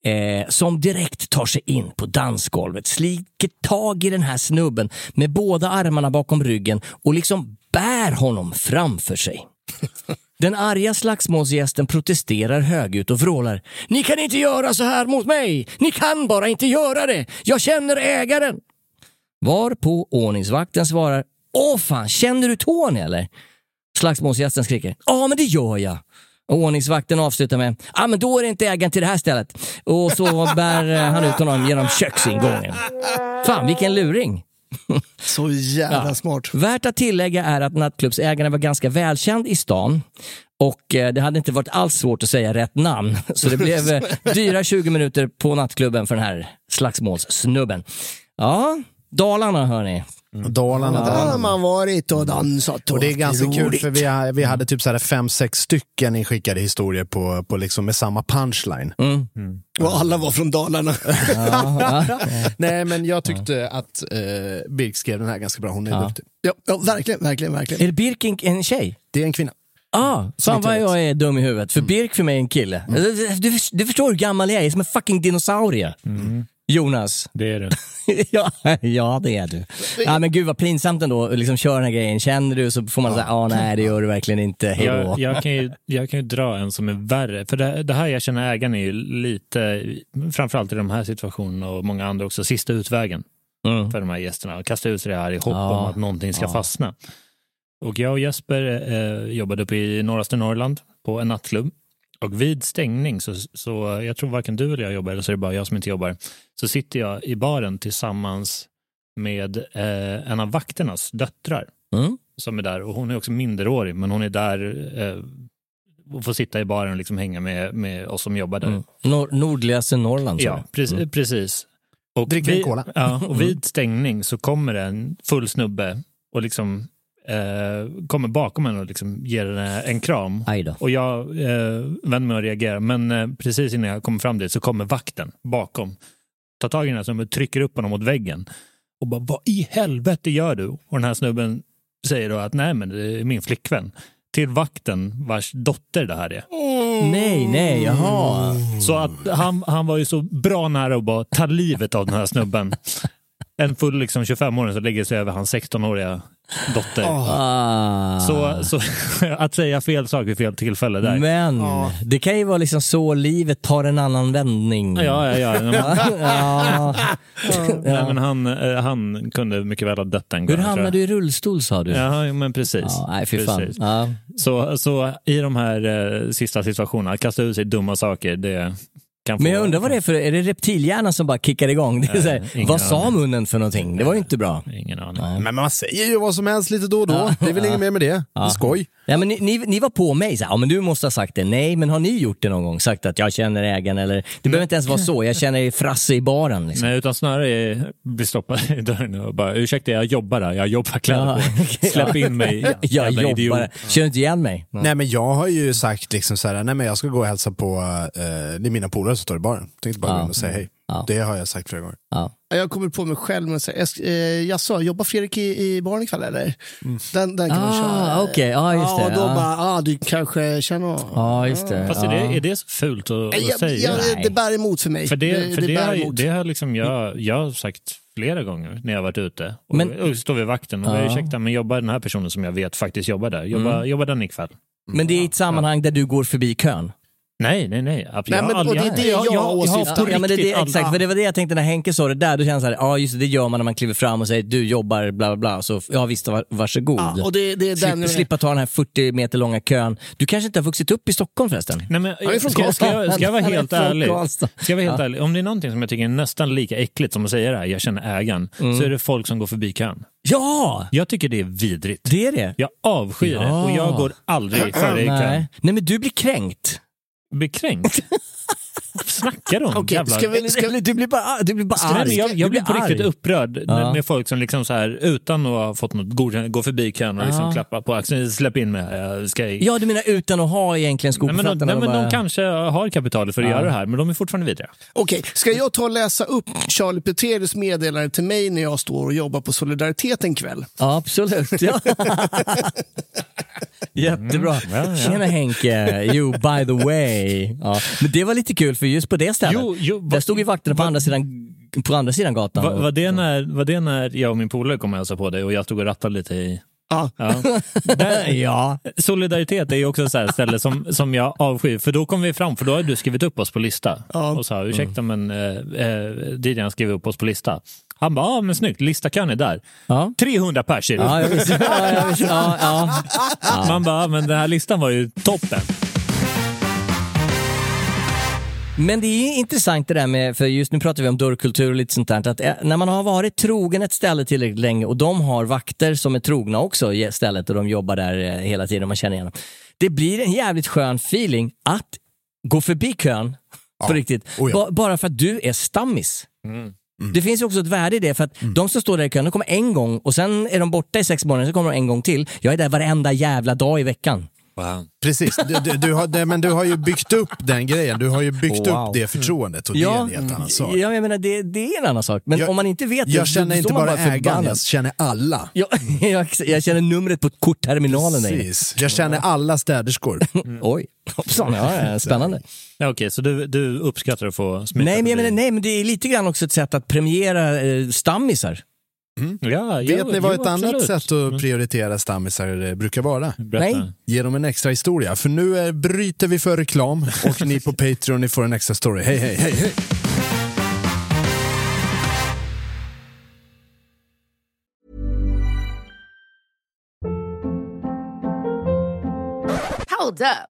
[SPEAKER 2] eh, som direkt tar sig in på dansgolvet, sliker tag i den här snubben med båda armarna bakom ryggen och liksom bär honom framför sig. Den arga slagsmålsgästen protesterar högljutt och vrålar. Ni kan inte göra så här mot mig! Ni kan bara inte göra det! Jag känner ägaren! Varpå ordningsvakten svarar. Åh fan, känner du Tony eller? Slagsmålsgästen skriker. Ja, men det gör jag. Och ordningsvakten avslutar med. Ja, men då är det inte ägaren till det här stället. Och så bär eh, han ut honom genom köksingången. Fan, vilken luring.
[SPEAKER 5] Så jävla smart.
[SPEAKER 2] Värt att tillägga är att nattklubbsägaren var ganska välkänd i stan och eh, det hade inte varit alls svårt att säga rätt namn. Så det blev eh, dyra 20 minuter på nattklubben för den här slagsmålssnubben. Ja, Dalarna hörni.
[SPEAKER 4] Dalarna.
[SPEAKER 5] Mm. Där har man varit och dansat
[SPEAKER 4] Och det är
[SPEAKER 5] haft
[SPEAKER 4] ganska kul
[SPEAKER 5] roligt.
[SPEAKER 4] för vi, ha- vi
[SPEAKER 3] Mm.
[SPEAKER 4] hade typ så här fem, sex stycken inskickade historier på, på liksom med samma punchline.
[SPEAKER 5] Mm.
[SPEAKER 4] Mm.
[SPEAKER 5] Och alla var från Dalarna.
[SPEAKER 4] Nej, men jag tyckte att eh, Birk skrev den här ganska bra. Hon är duktig.
[SPEAKER 5] ja, ja, verkligen, verkligen, verkligen.
[SPEAKER 2] Är det Birk en, en tjej?
[SPEAKER 4] Det är en kvinna.
[SPEAKER 2] Ja, fan
[SPEAKER 4] inte
[SPEAKER 2] vad
[SPEAKER 4] jag vet.
[SPEAKER 2] jag är dum i huvudet.
[SPEAKER 4] Mm.
[SPEAKER 2] För Birk för mig är en kille. Alltså, Du, du, du förstår hur gammal jag är, jag är som en fucking dinosaurie. Jonas.
[SPEAKER 3] Mm. Det är det.
[SPEAKER 2] ja, ja, det är du. Ja, men gud vad pinsamt ändå, liksom köra den här grejen. Känner du så får man säga, ja nej det gör du verkligen inte, hejdå.
[SPEAKER 3] Jag, jag, kan ju, jag kan ju dra en som är värre. För det, det här jag känner ägaren är ju lite, framförallt i de här situationerna och många andra också, sista utvägen
[SPEAKER 2] Mm.
[SPEAKER 3] för de här gästerna. Och kasta ut sig det här i hopp
[SPEAKER 2] Ja.
[SPEAKER 3] om att någonting ska
[SPEAKER 2] Ja.
[SPEAKER 3] fastna. Och jag och Jesper eh, jobbade uppe i norraste Norrland på en nattklubb. Och vid stängning, så, så jag tror varken du eller jag jobbar, eller så är det bara jag som inte jobbar, så sitter jag i baren tillsammans med eh, en av vakternas döttrar
[SPEAKER 2] Mm.
[SPEAKER 3] som är där och hon är också minderårig men hon är där eh, och får sitta i baren och liksom hänga med, med oss som jobbar där.
[SPEAKER 2] Mm. Nor- nordligaste Norrland. sa
[SPEAKER 3] Ja,
[SPEAKER 2] du. Mm.
[SPEAKER 3] precis. precis. Och
[SPEAKER 4] Dricker en
[SPEAKER 3] vid-
[SPEAKER 4] cola.
[SPEAKER 3] Ja, och vid stängning så kommer det en full snubbe och liksom eh, kommer bakom en och liksom ger en, en kram.
[SPEAKER 2] Aj då.
[SPEAKER 3] Och jag eh, vänder mig och reagerar, men eh, precis innan jag kommer fram dit så kommer vakten bakom, tar tag i den här snubben, trycker upp honom mot väggen och bara vad i helvete gör du? Och den här snubben säger då att nej men det är min flickvän till vakten vars dotter det här är.
[SPEAKER 2] Mm. Nej, nej, jaha.
[SPEAKER 3] Mm. Så att han, han var ju så bra nära att bara ta livet av den här snubben. En full liksom 25-åring som lägger sig över hans 16-åriga dotter.
[SPEAKER 2] Ah.
[SPEAKER 3] Mm. Så, så att säga fel sak vid fel tillfälle där.
[SPEAKER 2] Men det kan ju vara liksom så livet tar en annan vändning.
[SPEAKER 3] Ja, ja, ja. Men,
[SPEAKER 2] ja.
[SPEAKER 3] nej, men han, eh, han kunde mycket väl ha dött den
[SPEAKER 2] Hur
[SPEAKER 3] gången. tror jag.
[SPEAKER 2] hamnade du i rullstol sa du?
[SPEAKER 3] Ja, jo, men precis.
[SPEAKER 2] Ja, nej, fy fan.
[SPEAKER 3] Precis.
[SPEAKER 2] Ja.
[SPEAKER 3] Så, så i de här eh, sista situationerna, att kasta ut sig dumma saker, det kan få...
[SPEAKER 2] Men jag undrar vad det är för, är det reptilhjärnan som bara kickar igång? Det är så här,
[SPEAKER 3] ingen
[SPEAKER 2] vad sa
[SPEAKER 3] aning.
[SPEAKER 2] munnen för någonting? Det var ju inte bra.
[SPEAKER 3] Ingen aning.
[SPEAKER 4] Men man säger ju vad som helst lite då och då. Det är väl inget mer med det. Det är skoj.
[SPEAKER 2] Ja, men ni, ni, ni var på mig, så här, ja, men du måste ha sagt det. Nej, men har ni gjort det någon gång? Sagt att jag känner ägaren eller...
[SPEAKER 5] Mm.
[SPEAKER 2] Det behöver inte ens vara så, jag känner Frasse i baren. Liksom.
[SPEAKER 3] Nej, utan snarare är- bli stoppad i dörren och bara ursäkta, jag jobbar här, jag har jobbarkläder
[SPEAKER 2] Ja,
[SPEAKER 3] på
[SPEAKER 2] okej.
[SPEAKER 3] Släpp in mig,
[SPEAKER 2] Jag
[SPEAKER 3] jävla idiot.
[SPEAKER 2] jobbar, känner du inte igen mig?
[SPEAKER 4] Nej men jag har ju sagt liksom så här, nej men jag ska gå och hälsa på, eh, det är mina polare som står i baren. Tänkte bara gå in och säga hej.
[SPEAKER 2] Ja.
[SPEAKER 4] Det har jag sagt flera gånger.
[SPEAKER 5] Jag kommer på mig själv och säger, jag, sk- eh, jag sa, jobbar Fredrik i, i barn ikväll eller? Den, den kan man köra.
[SPEAKER 2] Ah, okej, ja just
[SPEAKER 5] Ja,
[SPEAKER 2] det.
[SPEAKER 5] och då
[SPEAKER 2] ja.
[SPEAKER 5] bara, ah, du kanske känner honom.
[SPEAKER 2] ja, just det.
[SPEAKER 3] Fast är det, är det så fult att,
[SPEAKER 5] Nej,
[SPEAKER 3] att
[SPEAKER 5] jag,
[SPEAKER 3] säga?
[SPEAKER 5] jag, det bär emot för mig.
[SPEAKER 3] För det, för det,
[SPEAKER 5] bär
[SPEAKER 3] har,
[SPEAKER 5] emot.
[SPEAKER 3] det har liksom jag, jag har sagt flera gånger när jag har varit ute och,
[SPEAKER 2] Men-
[SPEAKER 3] och står vid vakten och bara, ursäkta, men jobbar den här personen som jag vet faktiskt jobbar där, jobbar, jobbar den ikväll?
[SPEAKER 2] Men det är i ett sammanhang där du går förbi kön.
[SPEAKER 3] Nej, nej, nej.
[SPEAKER 5] Nej,
[SPEAKER 3] Absolut.
[SPEAKER 5] men- och det är det jag har åsyftat.
[SPEAKER 3] på
[SPEAKER 2] Ja, men det,
[SPEAKER 3] riktigt
[SPEAKER 2] det,
[SPEAKER 3] aldrig-
[SPEAKER 2] exakt, för det var det jag tänkte när Henke sa det där. Då kände jag så här, ja just det, det gör man när man kliver fram och säger du jobbar bla bla bla. Så ja visst, var, varsågod.
[SPEAKER 5] Ja, och det, det är den...
[SPEAKER 2] Slipp, slippa ta den här 40 meter långa kön. Du kanske inte har vuxit upp i Stockholm förresten?
[SPEAKER 3] Nej, men,
[SPEAKER 2] är från
[SPEAKER 3] ska, jag- ska, jag, ska jag vara
[SPEAKER 2] Karlstad.
[SPEAKER 3] helt
[SPEAKER 2] Han är från
[SPEAKER 3] ärlig?
[SPEAKER 2] Karlstad.
[SPEAKER 3] Ska jag vara helt ärlig? Om det är någonting som jag tycker är nästan lika äckligt som att säga det här, jag känner ägaren,
[SPEAKER 2] Mm.
[SPEAKER 3] så är det folk som går förbi kön.
[SPEAKER 2] Ja!
[SPEAKER 3] Jag tycker det är vidrigt.
[SPEAKER 2] Det är det.
[SPEAKER 3] Jag avskyr det
[SPEAKER 2] Ja.
[SPEAKER 3] och jag går aldrig före i kön.
[SPEAKER 2] Nej. Nej men du blir kränkt.
[SPEAKER 3] Blir kränkt? Vad Snackar du om?
[SPEAKER 5] Okej,
[SPEAKER 3] jävlar?
[SPEAKER 5] ska vi-
[SPEAKER 2] Eller, eller du blir bara, du blir bara
[SPEAKER 3] Nej,
[SPEAKER 2] arg.
[SPEAKER 3] men jag, jag
[SPEAKER 2] Du
[SPEAKER 3] blir på
[SPEAKER 2] arg.
[SPEAKER 3] riktigt upprörd
[SPEAKER 2] Ja.
[SPEAKER 3] med folk som liksom så här, utan att ha fått något godkännande, går förbi kön och liksom
[SPEAKER 2] Ja.
[SPEAKER 3] klappar på axeln. Släpp in mig, jag ska i-
[SPEAKER 2] Ja, du menar utan att ha egentligen skor
[SPEAKER 3] Nej,
[SPEAKER 2] på
[SPEAKER 3] men, de,
[SPEAKER 2] fötterna?
[SPEAKER 3] nej, men
[SPEAKER 2] och bara-
[SPEAKER 3] de kanske har kapitalet för att göra det här, men de är fortfarande vidriga.
[SPEAKER 5] Okej, ska jag ta och läsa upp Charlie Peterius meddelande till mig när jag står och jobbar på Solidaritet en kväll?
[SPEAKER 2] Ja, absolut. Ja. Jättebra.
[SPEAKER 3] ja, ja.
[SPEAKER 2] Mm. Tjena Henke. Jo, by the way. Ja. Men det var lite kul för just på det stället,
[SPEAKER 3] Jo, jo,
[SPEAKER 2] där
[SPEAKER 3] vad-
[SPEAKER 2] stod ju vakterna på,
[SPEAKER 3] vad-
[SPEAKER 2] andra sidan, på andra sidan gatan.
[SPEAKER 3] Va, var, det när, var det när jag och min polare kom och hälsade på dig och jag stod och rattade lite i...
[SPEAKER 5] Ja.
[SPEAKER 3] Där,
[SPEAKER 2] Ja.
[SPEAKER 3] solidaritet är ju också så här ställe som, som jag avskyr, för då kom vi fram, för då har du skrivit upp oss på lista. Och sa, ursäkta
[SPEAKER 2] Mm.
[SPEAKER 3] men eh, eh, DJn skrev upp oss på lista. Han bara, ja men snyggt, listakön är där.
[SPEAKER 2] Ja.
[SPEAKER 3] 300 pers är det.
[SPEAKER 2] Ja, jag visste. Ja, jag visste. Ja, ja.
[SPEAKER 3] Man bara, "Ja, men den här listan var ju toppen.
[SPEAKER 2] Men det är intressant det där med, för just nu pratar vi om dörrkultur och lite sånt där, att eh, när man har varit trogen ett ställe tillräckligt länge och de har vakter som är trogna också i stället och de jobbar där eh, hela tiden och man känner igen dem. Det blir en jävligt skön feeling att gå förbi kön på riktigt,
[SPEAKER 4] Oh ja. Mm.
[SPEAKER 2] ba- bara för att du är stammis. Det finns ju också ett värde i det, för att de som står där i kön, de kommer en gång och sen är de borta i sex månader, så kommer de en gång till. Jag är där varenda jävla dag i veckan.
[SPEAKER 4] Precis, du, du, du har, det, men du har ju byggt upp den grejen. Du har ju byggt
[SPEAKER 2] Wow.
[SPEAKER 4] upp det förtroendet och det är en helt annan sak.
[SPEAKER 2] ja, jag menar det, det är en annan sak. Men
[SPEAKER 4] Jag-
[SPEAKER 2] om man inte vet det,
[SPEAKER 4] Jag
[SPEAKER 2] så
[SPEAKER 4] känner
[SPEAKER 2] står
[SPEAKER 4] inte
[SPEAKER 2] man
[SPEAKER 4] bara ägaren,
[SPEAKER 2] förbannad.
[SPEAKER 4] jag känner alla.
[SPEAKER 2] Ja, jag, jag känner numret på kortterminalen. Där.
[SPEAKER 4] Precis. Jag känner alla städerskor.
[SPEAKER 2] Oj, hoppsan, ja, ja, spännande.
[SPEAKER 3] Ja, Okej, så du, du uppskattar att få smita
[SPEAKER 2] Nej men, jag
[SPEAKER 3] förbi.
[SPEAKER 2] menar, nej, men det är lite grann också ett sätt att premiera eh, stammisar.
[SPEAKER 3] Mm. Ja,
[SPEAKER 4] Vet
[SPEAKER 3] jo,
[SPEAKER 4] ni vad
[SPEAKER 3] jo,
[SPEAKER 4] ett annat
[SPEAKER 3] absolut.
[SPEAKER 4] sätt att prioritera stammisar eh, brukar vara?
[SPEAKER 3] Berätta.
[SPEAKER 2] Nej.
[SPEAKER 4] Ge dem en extra historia, för nu är, bryter vi för reklam och ni på Patreon ni får en extra story. Hej, hej, hej, hej!
[SPEAKER 6] Hold up.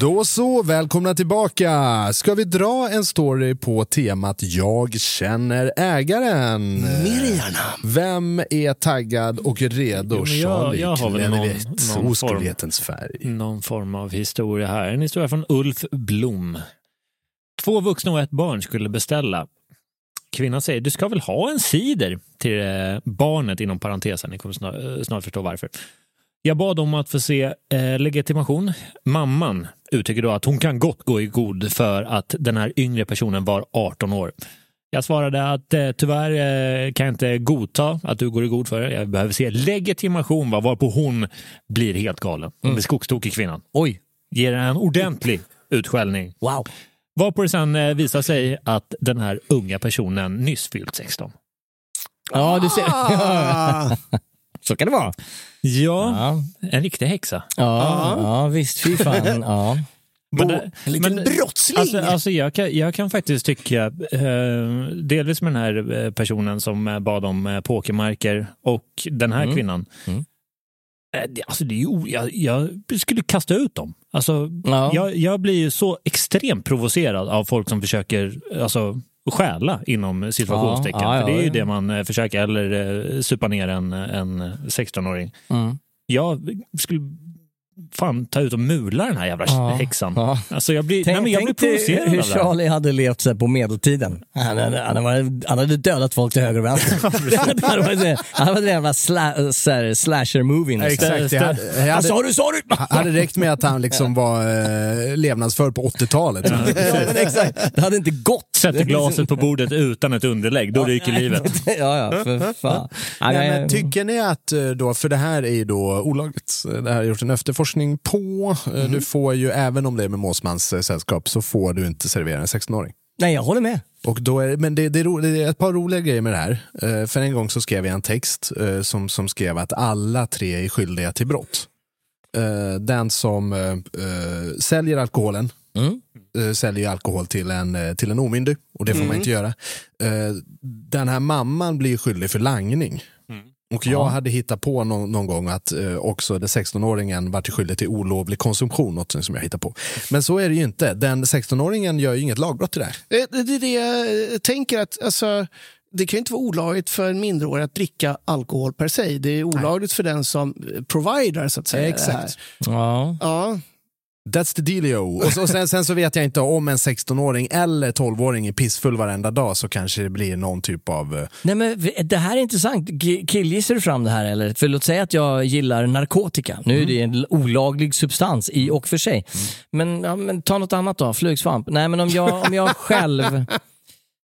[SPEAKER 4] Då så, välkomna tillbaka. Ska vi dra en story på temat Jag känner ägaren? Mer gärna. Vem är taggad och redo?
[SPEAKER 3] Jo, men jag-
[SPEAKER 4] Charlie
[SPEAKER 3] jag har väl någon-
[SPEAKER 4] Kleveriet,
[SPEAKER 3] någon form-
[SPEAKER 4] Osklighetens färg.
[SPEAKER 3] någon form av historia här. En historia från Ulf Blom. Två vuxna och ett barn skulle beställa. Kvinnan säger, du ska väl ha en cider till eh, barnet inom parentesen. Ni kommer snart, snart förstå varför. Jag bad om att få se eh, legitimation. Mamman uttrycker då att hon kan gott gå i god för att den här yngre personen var 18 år. Jag svarade att eh, tyvärr eh, kan jag inte godta att du går i god för det. Jag behöver se legitimation, va? varpå hon blir helt galen. Hon blir skogstokig kvinnan. Oj! Ger henne en ordentlig utskällning. Wow! Varpå det sen eh, visar sig att den här unga personen nyss fyllt 16.
[SPEAKER 2] Ja, du ser.
[SPEAKER 3] Ah.
[SPEAKER 5] Ah.
[SPEAKER 2] Så kan det vara.
[SPEAKER 3] Ja,
[SPEAKER 2] Ja,
[SPEAKER 3] en riktig häxa.
[SPEAKER 2] ja, ja visst. Fy fan. Ja.
[SPEAKER 3] Men, det-
[SPEAKER 5] En liten brottsling.
[SPEAKER 3] Alltså, alltså jag, kan, jag kan faktiskt tycka, eh, delvis med den här eh, personen som eh, bad om eh, pokermarker och den här kvinnan.
[SPEAKER 2] Mm.
[SPEAKER 3] Eh, det- Alltså, det är ju, o- jag, jag skulle kasta ut dem. Alltså,
[SPEAKER 2] Ja.
[SPEAKER 3] jag, jag blir ju så extremt provocerad av folk som försöker alltså, stjäla inom situationstecken.
[SPEAKER 2] Ja, ja,
[SPEAKER 3] För det är ju
[SPEAKER 2] ja.
[SPEAKER 3] det man eh, försöker, eller eh, supa ner en, en 16-åring.
[SPEAKER 2] Mm.
[SPEAKER 3] Jag skulle fan ta ut och mula den här jävla
[SPEAKER 2] Ja.
[SPEAKER 3] häxan.
[SPEAKER 2] Ja.
[SPEAKER 3] Alltså jag blir, nej,
[SPEAKER 2] Tänk,
[SPEAKER 3] men jag blir
[SPEAKER 2] tänk dig
[SPEAKER 3] provocerad
[SPEAKER 2] hur
[SPEAKER 3] av det här.
[SPEAKER 2] Charlie hade levt sig på medeltiden. Han hade, han, hade, han hade dödat folk till höger och vänster. han hade varit- han hade varit en jävla sla, så här, slasher-movie nästan.
[SPEAKER 4] Exakt, jag hade, jag
[SPEAKER 2] Alltså, har
[SPEAKER 4] hade,
[SPEAKER 2] du, sa du?
[SPEAKER 4] hade räckt med att han liksom var eh, levnadsför på 80-talet.
[SPEAKER 2] Ja, men exakt. Det hade inte gått.
[SPEAKER 3] Sätter glaset på bordet utan ett underlägg, då ryker livet.
[SPEAKER 2] ja, ja, för fan. Ja,
[SPEAKER 4] Nej,
[SPEAKER 2] jag-
[SPEAKER 4] men tycker ni att, eh, då, för det här är ju då olagligt, eh, det här har gjort en efterforskning på, Eh,
[SPEAKER 2] Mhm.
[SPEAKER 4] du får ju, även om det är med Måsmans eh, sällskap, så får du inte servera en 16-åring.
[SPEAKER 2] Nej, jag håller med.
[SPEAKER 4] Och då är, men det, det, är ro, det är ett par roliga grejer med det här. Eh, för en gång så skrev jag en text eh, som, som skrev att alla tre är skyldiga till brott. Eh, den som eh, eh, säljer alkoholen
[SPEAKER 2] Mm.
[SPEAKER 4] eh, säljer ju alkohol till en, eh, till en omyndig och det får
[SPEAKER 5] Mm.
[SPEAKER 4] man inte göra. Eh, den här mamman blir ju skyldig för langning.
[SPEAKER 5] Mm.
[SPEAKER 4] Och jag hade hittat på någon, någon gång att eh, också den 16-åringen vart ju skyldig till olovlig konsumtion, något som jag hittade på. Men så är det ju inte. Den 16-åringen gör ju inget lagbrott i det här.
[SPEAKER 5] Eh, Det det är det jag eh, tänker att alltså, det kan ju inte vara olagligt för en minderårig att dricka alkohol per se. Det är olagligt för den som eh, provider så att säga. det här.
[SPEAKER 4] Exakt.
[SPEAKER 2] Ja.
[SPEAKER 5] Ja,
[SPEAKER 4] That's the dealio. Och, så, och sen, sen så vet jag inte om en 16-åring eller 12-åring är pissfull varenda dag så kanske det blir någon typ av... eh,
[SPEAKER 2] Nej men v- det här är intressant. G- Killgissar du fram det här eller? För låt säga att jag gillar narkotika. Nu är det en olaglig substans i och för sig. Men, ja, men ta något annat då, flugsvamp. Nej men om jag, om jag själv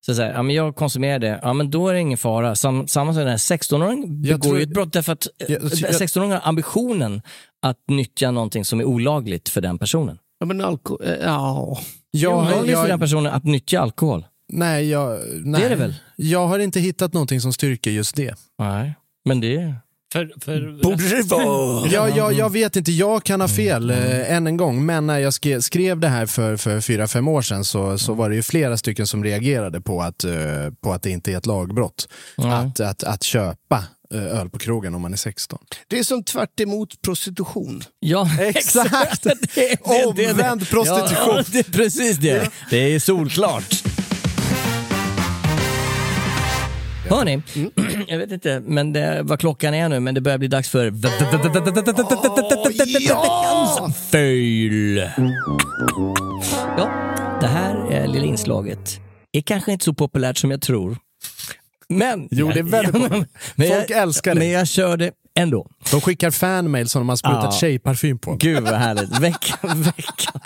[SPEAKER 2] så säger, ja, men jag konsumerar det, ja, men då är det ingen fara. Sam, samma som den här 16-åringen
[SPEAKER 4] Jag
[SPEAKER 2] begår
[SPEAKER 4] tror-
[SPEAKER 2] ju ett brott därför att
[SPEAKER 4] Jag- jag-
[SPEAKER 2] 16-åringen har ambitionen att nyttja någonting som är olagligt för den personen.
[SPEAKER 5] Ja, men alko... eh, Ja.
[SPEAKER 2] Det är olagligt för den
[SPEAKER 4] jag,
[SPEAKER 2] personen att nyttja alkohol.
[SPEAKER 4] nej, jag, nej.
[SPEAKER 2] Det är det väl?
[SPEAKER 4] Jag har inte hittat någonting som styrker just det.
[SPEAKER 2] Nej, men det...
[SPEAKER 3] För, för,
[SPEAKER 5] Borde det vara?
[SPEAKER 4] Ja, jag, jag vet inte, jag kan ha fel eh, än en gång, men när jag skrev, skrev det här för, för fyra, fem år sedan så, så var det ju flera stycken som reagerade på att, eh, på att det inte är ett lagbrott att, att, att köpa eh, öl på krogen om man är 16.
[SPEAKER 5] Det är som tvärt emot prostitution.
[SPEAKER 2] Ja,
[SPEAKER 4] Exakt.
[SPEAKER 2] det, det, det,
[SPEAKER 4] Omvänd prostitution.
[SPEAKER 2] Ja, det är precis det. Det är solklart. Hörni, jag vet inte men det, vad klockan är nu, men det börjar bli dags för ve- ve- ve- ve- ve- ve- ve- ve- ve- ve- ve- veckans fail. Ja, det här eh, lilla inslaget är kanske inte så populärt som jag tror. Men...
[SPEAKER 4] Jo, det är väldigt populärt.
[SPEAKER 2] Men jag-
[SPEAKER 4] Folk älskar det.
[SPEAKER 2] Men jag kör det ändå.
[SPEAKER 4] De skickar fanmail som de har sprutat
[SPEAKER 2] Ja.
[SPEAKER 4] tjejparfym på.
[SPEAKER 2] Gud vad härligt. Vecka, vecka.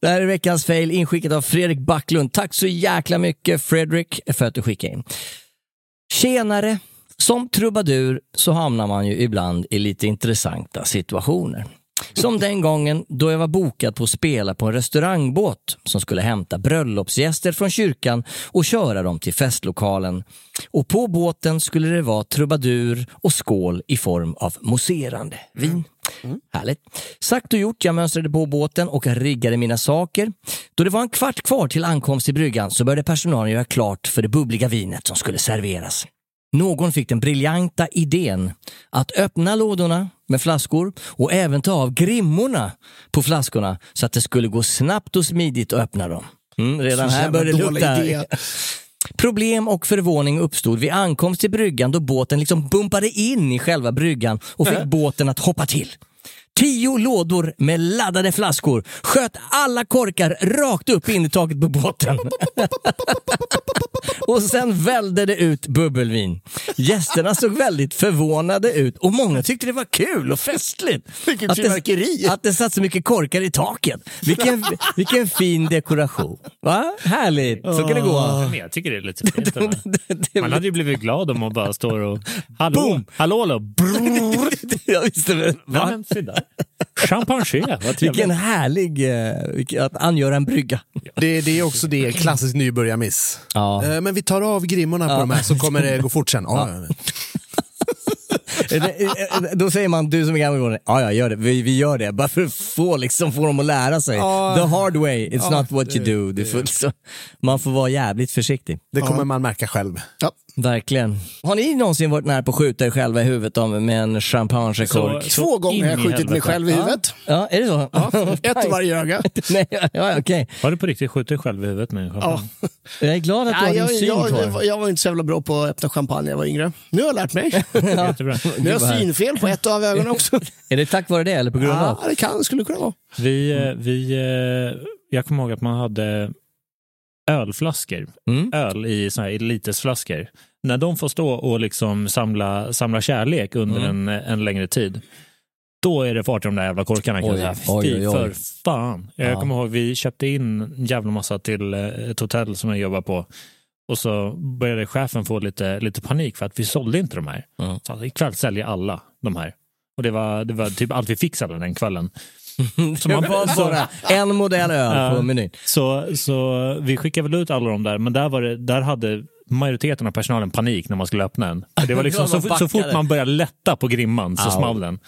[SPEAKER 2] Det här är veckans fail inskickat av Fredrik Backlund. Tack så jäkla mycket Fredrik för att du skickade in. Tjenare! Som trubadur så hamnar man ju ibland i lite intressanta situationer. Som den gången då jag var bokad på att spela på en restaurangbåt som skulle hämta bröllopsgäster från kyrkan och köra dem till festlokalen. Och på båten skulle det vara trubadur och skål i form av mousserande vin. Mm. Härligt. Sagt och gjort, jag mönstrade på båten och riggade mina saker. Då det var en kvart kvar till ankomst till bryggan så började personalen göra klart för det bubbliga vinet som skulle serveras. Någon fick den briljanta idén att öppna lådorna med flaskor och även ta av grimmorna på flaskorna så att det skulle gå snabbt och smidigt att öppna dem. Mm, redan här började det lukta. Problem och förvåning uppstod vid ankomst till bryggan då båten liksom bumpade in i själva bryggan och
[SPEAKER 5] Äh.
[SPEAKER 2] fick båten att hoppa till. Tio lådor med laddade flaskor sköt alla korkar rakt upp i innertaket på båten. och sen välde det ut bubbelvin. Gästerna såg väldigt förvånade ut och många tyckte det var kul och festligt.
[SPEAKER 5] Vilket
[SPEAKER 2] Att det-
[SPEAKER 5] fyrverkeri.
[SPEAKER 2] Att det satt så mycket korkar i taket. Vilken, vilken fin dekoration. Va? Härligt, så kan det gå.
[SPEAKER 3] Men jag tycker det är lite fint. eller? Man hade ju blivit glad om man bara står och... Hallå,
[SPEAKER 2] Boom!
[SPEAKER 3] hallå, hallå. Brrr.
[SPEAKER 2] Jag visste väl.
[SPEAKER 3] Ja,
[SPEAKER 2] Va?
[SPEAKER 3] men se där. Champagne, vad
[SPEAKER 2] Vilken
[SPEAKER 3] trevligt.
[SPEAKER 2] härlig, eh, vilken- att angöra en brygga.
[SPEAKER 4] Det, det är också det, klassisk nybörjarmiss.
[SPEAKER 2] Ja.
[SPEAKER 4] Eh, Men vi tar av grimmorna på de här så kommer det gå fort sen. Ja, ja, ja.
[SPEAKER 2] Eh, eh, eh, Då säger man, du som är gammal gården, ja ja gör det, vi, vi gör det. Bara för att få, liksom, få dem att lära sig.
[SPEAKER 4] Ja.
[SPEAKER 2] The hard way, it's
[SPEAKER 4] Ja,
[SPEAKER 2] not what you
[SPEAKER 4] det-
[SPEAKER 2] do. Det är fullt så. Man får vara jävligt försiktig.
[SPEAKER 4] Det kommer man märka själv.
[SPEAKER 2] Verkligen. Har ni någonsin varit nära på att skjuta er själva i huvudet av- med en champagnekork?
[SPEAKER 3] Så-
[SPEAKER 5] Två gånger har jag
[SPEAKER 3] in i
[SPEAKER 5] skjutit mig
[SPEAKER 3] helvete.
[SPEAKER 5] själv i huvudet.
[SPEAKER 2] Ja, är det så?
[SPEAKER 5] Ett i varje öga.
[SPEAKER 2] Nej, ja, ja, okej.
[SPEAKER 3] Har du på riktigt skjutit dig själv i huvudet med en champagne?
[SPEAKER 2] Jag är glad att du har
[SPEAKER 5] Nej,
[SPEAKER 2] din
[SPEAKER 5] jag,
[SPEAKER 2] syn kvar.
[SPEAKER 5] jag, jag var inte så jävla bra på att öppna champagne när jag var yngre. Nu har jag lärt mig.
[SPEAKER 3] Jättebra.
[SPEAKER 5] Nu har
[SPEAKER 2] vad
[SPEAKER 5] jag
[SPEAKER 2] härligt.
[SPEAKER 5] synfel på ett av ögonen också.
[SPEAKER 2] Är det tack vare det eller på grund av?
[SPEAKER 3] Ah.
[SPEAKER 5] Ja, det kan, skulle kunna vara.
[SPEAKER 3] Vi, eh, vi, eh, jag kommer ihåg att man hade ölflaskor,
[SPEAKER 2] Mm.
[SPEAKER 3] öl i såna här elitesflaskor. När de får stå och liksom samla, samla kärlek under
[SPEAKER 2] Mm.
[SPEAKER 3] en, en längre tid, då är det fart i de där jävla korkarna. Kan
[SPEAKER 2] Oj,
[SPEAKER 3] jag säga.
[SPEAKER 2] oj,
[SPEAKER 3] Fy
[SPEAKER 2] oj, oj.
[SPEAKER 3] för fan. Jag
[SPEAKER 2] Ja.
[SPEAKER 3] kommer ihåg, vi köpte in en jävla massa till eh, ett hotell som jag jobbar på. Och så började chefen få lite, lite panik för att vi sålde inte de här.
[SPEAKER 2] Mm.
[SPEAKER 3] Så att ikväll säljer alla de här. Och det var, det var typ allt vi fixade den kvällen.
[SPEAKER 2] Så man var bara en modell öl
[SPEAKER 3] Ja.
[SPEAKER 2] på menyn.
[SPEAKER 3] Så, så vi skickade väl ut alla de där, men där, var det, där hade majoriteten av personalen panik när man skulle öppna den. För Det var liksom,
[SPEAKER 2] Ja,
[SPEAKER 3] så,
[SPEAKER 2] man
[SPEAKER 3] så fort
[SPEAKER 2] backade.
[SPEAKER 3] man började lätta på grimman så
[SPEAKER 2] Ja.
[SPEAKER 3] small den.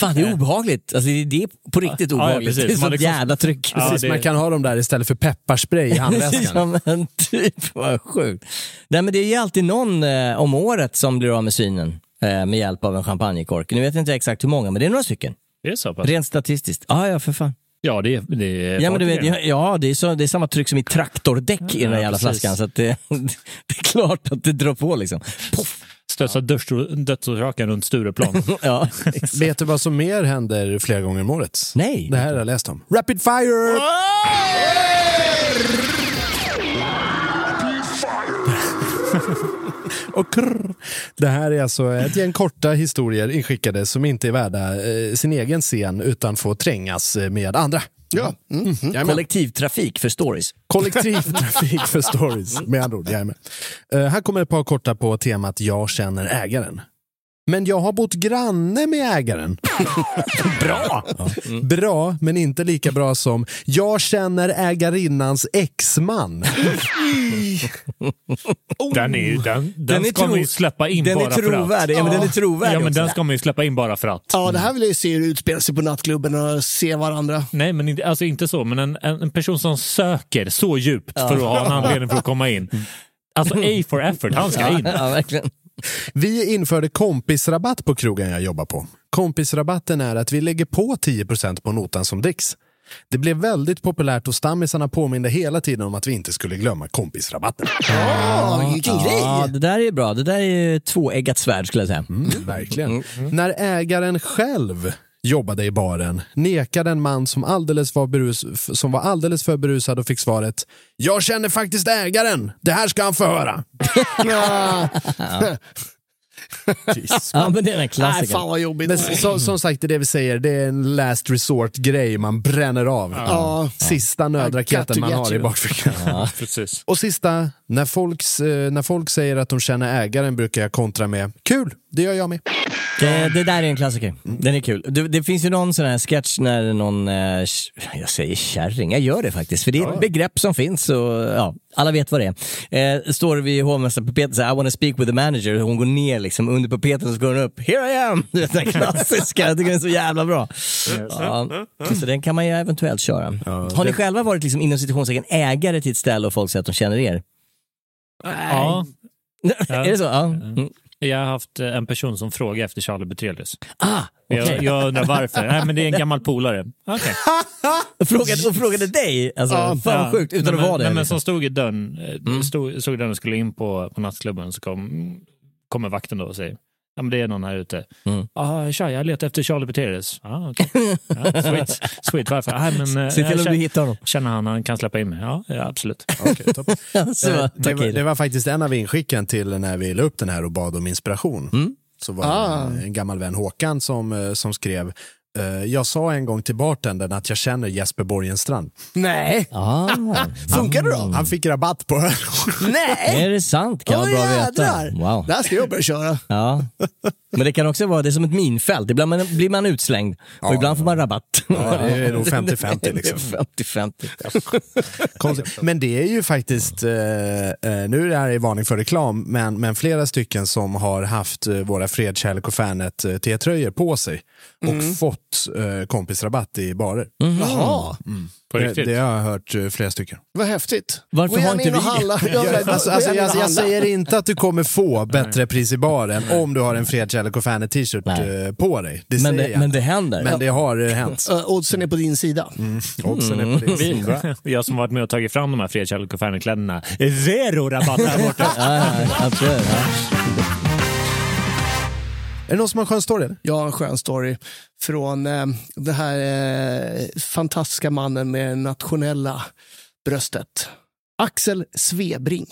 [SPEAKER 2] Fan, det är obehagligt. Alltså, det det är på riktigt
[SPEAKER 3] Ja, ja,
[SPEAKER 2] obehagligt.
[SPEAKER 3] precis.
[SPEAKER 2] det är
[SPEAKER 3] Man
[SPEAKER 2] sånt
[SPEAKER 3] liksom-
[SPEAKER 2] jävla tryck.
[SPEAKER 3] Ja,
[SPEAKER 4] Precis,
[SPEAKER 3] det-
[SPEAKER 4] Man kan ha dem där istället för pepparspray i handväskan.
[SPEAKER 2] Ja, men typ, vad sjukt. Nej, men det är ju alltid någon eh, om året som blir av med synen eh, med hjälp av en champagnekork. Nu vet jag inte exakt hur många, men det är några stycken.
[SPEAKER 3] Det är så pass.
[SPEAKER 2] Rent statistiskt. Ah, Ja, ja, för fan.
[SPEAKER 3] Ja, det, är- det är
[SPEAKER 2] Ja, men du
[SPEAKER 3] fart i
[SPEAKER 2] vet, ja, ja, det, är så, det är samma tryck som i traktordäck i den där
[SPEAKER 3] Ja,
[SPEAKER 2] jävla
[SPEAKER 3] precis.
[SPEAKER 2] flaskan. Så att det, det är klart att det drar på liksom. Poff.
[SPEAKER 3] Slösa döds- dödsorsaken runt Stureplan.
[SPEAKER 2] ja.
[SPEAKER 4] Vet du vad som mer händer flera gånger om året?
[SPEAKER 2] Nej.
[SPEAKER 4] Det här har jag läst om. Rapid fire! Och krr. Det här är alltså ett gäng korta historier inskickade som inte är värda eh, sin egen scen utan får trängas eh, med andra.
[SPEAKER 5] Ja. Mm.
[SPEAKER 2] Kollektivtrafik för stories.
[SPEAKER 4] Kollektivtrafik för stories, med andra ord. jajamän. Eh, här kommer ett par korta på temat Jag känner ägaren. Men jag har bott granne med ägaren. bra! Bra, men inte lika bra som Jag känner ägarinnans exman.
[SPEAKER 3] Den, är, ju- den, den,
[SPEAKER 2] Den är
[SPEAKER 3] ska man ju
[SPEAKER 2] tro-
[SPEAKER 3] släppa in
[SPEAKER 2] den är
[SPEAKER 3] bara för att.
[SPEAKER 2] trovärdig. Ja, men den är trovärdig
[SPEAKER 3] Ja, men
[SPEAKER 2] också.
[SPEAKER 3] den ska man ju släppa in bara för att.
[SPEAKER 5] Ja, det här vill jag ju se hur utspela sig på nattklubben och se varandra.
[SPEAKER 3] Nej, men inte- alltså inte så. Men en, en, en person som söker så djupt för att ha en anledning för att komma in. Alltså A for effort, han ska in.
[SPEAKER 2] Ja, verkligen.
[SPEAKER 4] Vi införde kompisrabatt på krogen jag jobbar på. Kompisrabatten är att vi lägger på 10% på notan som dricks. Det blev väldigt populärt och stammisarna påminde hela tiden om att vi inte skulle glömma kompisrabatten.
[SPEAKER 5] Ja, vilken
[SPEAKER 2] Ja,
[SPEAKER 5] grej!
[SPEAKER 2] det där är bra. Det där är tvåeggat svärd skulle jag säga.
[SPEAKER 4] Verkligen. Mm. När ägaren själv jobbade i baren nekade en man som, alldeles var berus f- som var alldeles för berusad och fick svaret “Jag känner faktiskt ägaren, det här ska han få höra”.
[SPEAKER 5] Ja.
[SPEAKER 2] Ja, men det är en
[SPEAKER 5] Nej,
[SPEAKER 2] klassiker.
[SPEAKER 5] fan vad jobbigt.
[SPEAKER 4] Men s- som, som sagt, det är det vi säger, det är en last resort-grej man bränner av.
[SPEAKER 5] Ja.
[SPEAKER 4] Sista
[SPEAKER 5] I got
[SPEAKER 4] nödraketen
[SPEAKER 5] to
[SPEAKER 4] man
[SPEAKER 5] get
[SPEAKER 4] har i
[SPEAKER 5] you.
[SPEAKER 4] bakfickan.
[SPEAKER 3] Precis.
[SPEAKER 4] Och sista, när, folks, eh, när folk säger att de känner ägaren brukar jag kontra med “Kul, det gör jag med”.
[SPEAKER 2] Eh, Det, det där är en klassiker. Den är kul. Det, det finns ju någon sån här sketch när någon, eh, sh- jag säger kärring, jag gör det faktiskt, för det är ett begrepp som finns och ja, alla vet vad det är. Eh, står vid hovmästarpulpeten och säger I wanna speak with the manager, hon går ner liksom under pulpeten och så går hon upp, here I am! Du vet, Den klassiska, jag tycker den är så jävla bra. Ja, så den kan man ju eventuellt köra. Har ni själva varit liksom inom citationstecken ägare till ett ställe och folk säger att de känner er?
[SPEAKER 3] Ja,
[SPEAKER 2] är det så? Ja. Mm.
[SPEAKER 3] jag har haft eh, en person som frågar efter Charlie Petrelius.
[SPEAKER 2] Ah, okej.
[SPEAKER 3] Jag, jag undrar varför. Nej, men det är en gammal polare. Okej.
[SPEAKER 2] Och frågade, och frågade dig, alltså, fan vad sjukt, utan
[SPEAKER 3] nej,
[SPEAKER 2] att vara
[SPEAKER 3] men-
[SPEAKER 2] det.
[SPEAKER 3] Nej, men
[SPEAKER 2] liksom. Mm.
[SPEAKER 3] som stod i dörren, eh, stod, stod i dörren och skulle in på, på nattklubben så kom, kommer vakten då och säger Ja, men det är någon här ute.
[SPEAKER 2] Mm.
[SPEAKER 3] Ah, tja, jag letar efter Charlie Peteres. Ah, okay. ja, sweet. sweet, varför? Ah, men, eh,
[SPEAKER 2] Se till
[SPEAKER 3] jag
[SPEAKER 2] om du
[SPEAKER 3] känner-
[SPEAKER 2] hittar honom.
[SPEAKER 3] Känner han, han kan släppa in mig. Ja, ja absolut.
[SPEAKER 2] Så,
[SPEAKER 4] Eh, det,
[SPEAKER 2] tack
[SPEAKER 4] var, det
[SPEAKER 2] Erik.
[SPEAKER 4] var faktiskt en av inskicken till när vi la upp den här och bad om inspiration. Så var det
[SPEAKER 5] Ah.
[SPEAKER 4] en- en gammal vän Håkan som, eh, som skrev eh, jag sa en gång till bartendern att jag känner Jesper Borgenstrand.
[SPEAKER 5] Nej,
[SPEAKER 2] Ah,
[SPEAKER 5] funkar det då?
[SPEAKER 4] Han fick rabatt på det.
[SPEAKER 5] Nej!
[SPEAKER 2] är det sant? Kan vara
[SPEAKER 5] Åh,
[SPEAKER 2] bra att veta.
[SPEAKER 5] jädrar.
[SPEAKER 2] Wow.
[SPEAKER 5] Det här ska jag börja köra.
[SPEAKER 2] Ja. Men det kan också vara, det är som ett minfält. Ibland man, blir man utslängd och ibland får man rabatt.
[SPEAKER 4] Ja, det är nog 50-50 liksom.
[SPEAKER 2] 50-50.
[SPEAKER 4] Konstigt. Men det är ju faktiskt, eh, eh, nu är det här i varning för reklam, men, men flera stycken som har haft eh, våra Fred, Kärlek och Fanet eh, T-tröjor på sig och fått eh, kompisrabatt i barer.
[SPEAKER 5] Jaha,
[SPEAKER 3] På
[SPEAKER 4] Det,
[SPEAKER 3] riktigt.
[SPEAKER 4] det har jag hört eh, flera stycken.
[SPEAKER 5] vad häftigt.
[SPEAKER 2] Varför
[SPEAKER 5] Gå
[SPEAKER 2] har
[SPEAKER 5] gärna
[SPEAKER 2] inte
[SPEAKER 5] in och
[SPEAKER 2] vi?
[SPEAKER 5] handla. Ja, men-
[SPEAKER 4] Jag, alltså,
[SPEAKER 5] gå
[SPEAKER 4] alltså,
[SPEAKER 5] gärna in
[SPEAKER 4] jag,
[SPEAKER 5] och
[SPEAKER 4] jag
[SPEAKER 5] handla.
[SPEAKER 4] säger inte att du kommer få bättre pris i baren om du har en Fred, Kärlek och Fanet t-shirt
[SPEAKER 2] Nej.
[SPEAKER 4] eh, på dig. Det
[SPEAKER 2] Men,
[SPEAKER 4] säger
[SPEAKER 2] det,
[SPEAKER 4] jag.
[SPEAKER 2] men det händer. Mm.
[SPEAKER 4] men det har eh, hänt.
[SPEAKER 5] Ö, Oddsen är på din sida.
[SPEAKER 4] Oddsen är på din
[SPEAKER 3] Vi,
[SPEAKER 4] sida.
[SPEAKER 3] jag som varit med och tagit fram de här Fredrik Kjell och Ferner-kläderna. Zero rabatt här borta.
[SPEAKER 2] Ja, ja, jag tror det, ja.
[SPEAKER 4] Är det någon som har en skön story? eller?
[SPEAKER 5] Jag har en skön story från eh, den här eh, fantastiska mannen med det nationella bröstet. Axel Svebring.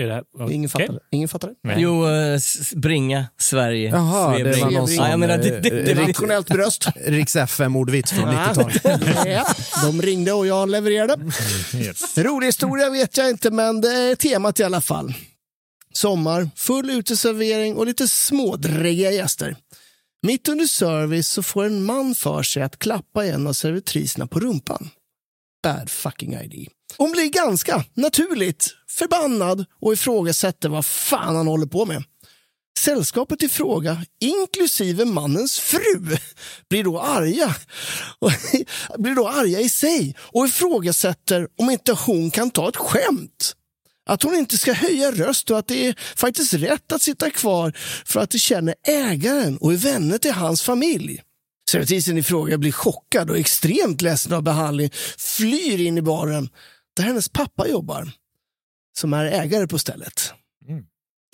[SPEAKER 3] Är det här-
[SPEAKER 5] Ingen fattar det. Ingen fattar det.
[SPEAKER 3] Nej.
[SPEAKER 2] Jo, eh, s- bringa Sverige.
[SPEAKER 4] Jaha, det var
[SPEAKER 2] Svebring.
[SPEAKER 4] någon
[SPEAKER 2] ja, jag
[SPEAKER 4] sån,
[SPEAKER 2] menar, det, det,
[SPEAKER 4] eh,
[SPEAKER 2] det, det,
[SPEAKER 5] Nationellt bröst.
[SPEAKER 4] Riks FM-ordvits från 90-talet.
[SPEAKER 5] ja, de ringde och jag levererade.
[SPEAKER 3] Yes.
[SPEAKER 5] Rolig historia vet jag inte, men det är temat i alla fall. Sommar, full uteservering och lite smådräggiga gäster. Mitt under service så får en man för sig att klappa en av servitriserna på rumpan. Bad fucking ID. Hon blir ganska naturligt förbannad och ifrågasätter vad fan han håller på med. Sällskapet i fråga, inklusive mannens fru, blir då arga och blir då arga i sig och ifrågasätter om inte hon kan ta ett skämt. Att hon inte ska höja röst och att det är faktiskt rätt att sitta kvar för att de känner ägaren och är vänner till hans familj. Servitrisen i fråga blir chockad och extremt ledsen av behandling, flyr in i
[SPEAKER 4] Mm.
[SPEAKER 5] baren där hennes pappa jobbar, som är ägare på stället.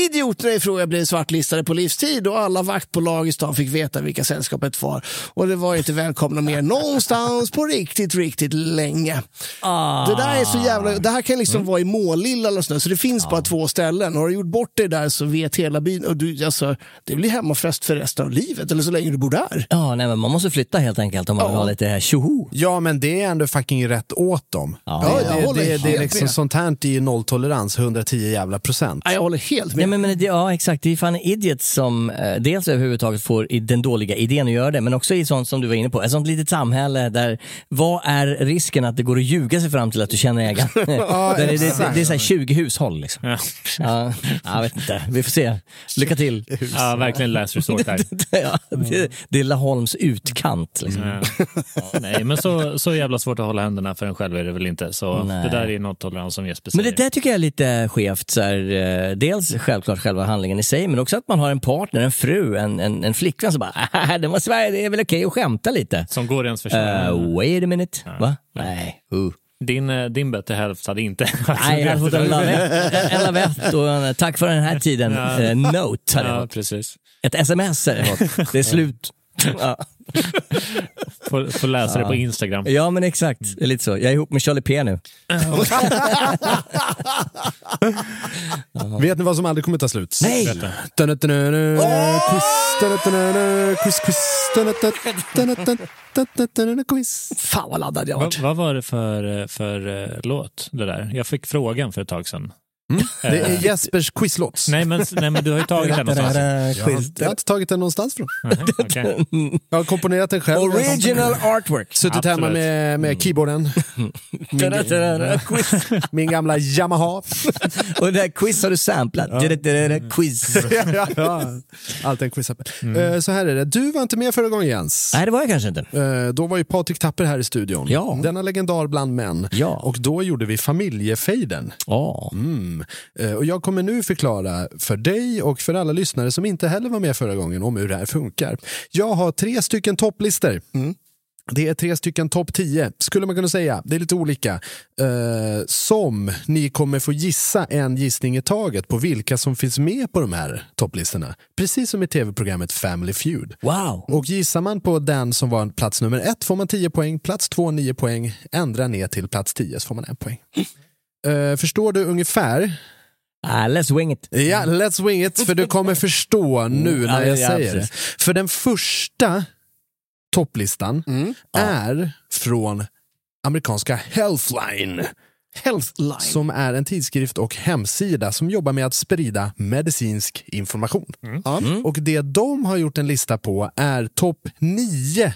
[SPEAKER 5] Idioterna i fråga blev svartlistade på livstid och alla vaktbolag i stan fick veta vilka sällskapet var. Och det var ju inte välkomna mer någonstans på riktigt, riktigt länge.
[SPEAKER 4] Ah.
[SPEAKER 5] Det där är så jävla... Det här kan
[SPEAKER 4] Mm.
[SPEAKER 5] liksom vara i Målilla eller sådär, så det finns
[SPEAKER 4] Ah.
[SPEAKER 5] bara två ställen. Har du gjort bort dig där så vet hela byn. Och du, alltså, det blir hemmafest för resten av livet, eller så länge du bor där.
[SPEAKER 2] Ja, nej, men man måste flytta helt enkelt om man vill ha lite tjoho.
[SPEAKER 4] Ja, men det är ändå fucking rätt åt dem.
[SPEAKER 5] Ja, jag
[SPEAKER 4] det,
[SPEAKER 5] håller
[SPEAKER 4] det, det är
[SPEAKER 5] helt
[SPEAKER 4] liksom
[SPEAKER 5] med.
[SPEAKER 4] sånt här är ju nolltolerans, 110 jävla procent.
[SPEAKER 5] Ja, Jag håller helt med.
[SPEAKER 2] Nej, men, men, det- ja, exakt. Det är fan idiots som eh, dels överhuvudtaget får i den dåliga idén att göra det, men också i sånt som du var inne på, ett sånt litet samhälle där vad är risken att det går att ljuga sig fram till att du känner ägaren? Där det, det, det, det är så här 20 hushåll liksom. Ja. Ja, jag vet inte, vi får se. Lycka till.
[SPEAKER 3] Ja, verkligen last resort där.
[SPEAKER 2] ja, det, det är Laholms utkant. Liksom.
[SPEAKER 3] Ja. Ja, Nej, men så, så jävla svårt att hålla händerna för en själv är det väl inte. Så
[SPEAKER 2] Nej.
[SPEAKER 3] det där är ju något tolerans som Jesper
[SPEAKER 2] Men
[SPEAKER 3] säger.
[SPEAKER 2] det där tycker jag är lite skevt. Så här, eh, dels självklart själva handlingen i sig, men också att man har en partner, en fru, en, en, en flickvän som bara "Ah, det, måste vara, det är väl okej att skämta lite.
[SPEAKER 3] Som går i ens försvar.
[SPEAKER 2] Uh, wait a minute. Va? Nej. Uh.
[SPEAKER 3] Din, eh, din bättre hälft hade inte...
[SPEAKER 2] Nej, jag hade fått en lavett- en lavett och en tack för den här tiden. eh, note hade jag
[SPEAKER 3] Ja,
[SPEAKER 2] fått.
[SPEAKER 3] precis.
[SPEAKER 2] Ett sms hade jag fått. Det är slut. Ja.
[SPEAKER 3] Får, får läsa det på Instagram.
[SPEAKER 2] ja, men exakt. Det är lite så. Jag är ihop med Charlie P nu.
[SPEAKER 4] Vet ni vad som aldrig kommer ta slut?
[SPEAKER 2] Nej.
[SPEAKER 4] Dun-dun-dun-dun, quiz, dun-dun-dun-dun, quiz, quiz, dun-dun-dun-dun-dun-dun-dun, quiz.
[SPEAKER 5] Fan vad laddad jag har
[SPEAKER 3] Vad,
[SPEAKER 5] varit.
[SPEAKER 3] vad var det för, eh, för eh, låt, det där? Jag fick frågan för ett tag sedan.
[SPEAKER 4] Det är
[SPEAKER 3] Eh,
[SPEAKER 4] Jespers quizlåt.
[SPEAKER 3] nej, men, nej, men du har ju tagit den någonstans.
[SPEAKER 4] Jag har, jag har inte tagit den någonstans från.
[SPEAKER 3] Aha, okej.
[SPEAKER 4] Jag har komponerat den själv.
[SPEAKER 2] Original artwork.
[SPEAKER 4] Suttit hemma
[SPEAKER 3] Absolut.
[SPEAKER 4] med, med keyboarden.
[SPEAKER 2] Da-da-da-da, Quiz.
[SPEAKER 4] Min gamla Yamaha.
[SPEAKER 2] Och det här quiz har du samplat. Da-da-da-da, Quiz.
[SPEAKER 4] Allt en quiz. Eh, Så här är det. Du var inte med förra gången Jens.
[SPEAKER 2] Nej, det var jag kanske inte.
[SPEAKER 4] Eh, Då var ju Patrik Tapper här i studion.
[SPEAKER 2] Ja.
[SPEAKER 4] Denna legendar bland män.
[SPEAKER 2] Ja.
[SPEAKER 4] Och då gjorde vi familjefejden.
[SPEAKER 2] Ja.
[SPEAKER 4] Mm. Eh, Och jag kommer nu förklara för dig och för alla lyssnare som inte heller var med förra gången om hur det här funkar. Jag har tre stycken topplistor.
[SPEAKER 2] Mm.
[SPEAKER 4] Det är tre stycken topp 10, skulle man kunna säga. Det är lite olika. Eh, som ni kommer få gissa en gissning i taget på vilka som finns med på de här topplistorna. Precis som i tv-programmet Family Feud.
[SPEAKER 2] Wow.
[SPEAKER 4] Och gissar man på den som var plats nummer ett får man 10 poäng, plats två 9 poäng, ändra ner till plats 10 så får man en poäng. Eh, förstår du ungefär?
[SPEAKER 2] Ah, let's wing it.
[SPEAKER 4] Ja, let's wing it, för du kommer förstå nu när
[SPEAKER 2] Mm, ja,
[SPEAKER 4] jag
[SPEAKER 2] ja,
[SPEAKER 4] säger det.
[SPEAKER 2] precis.
[SPEAKER 4] För den första topplistan
[SPEAKER 2] Mm.
[SPEAKER 4] är från amerikanska Healthline.
[SPEAKER 5] Healthline.
[SPEAKER 4] Som är en tidskrift och hemsida som jobbar med att sprida medicinsk information.
[SPEAKER 2] Mm.
[SPEAKER 4] Ja. Och det de har gjort en lista på är topp 9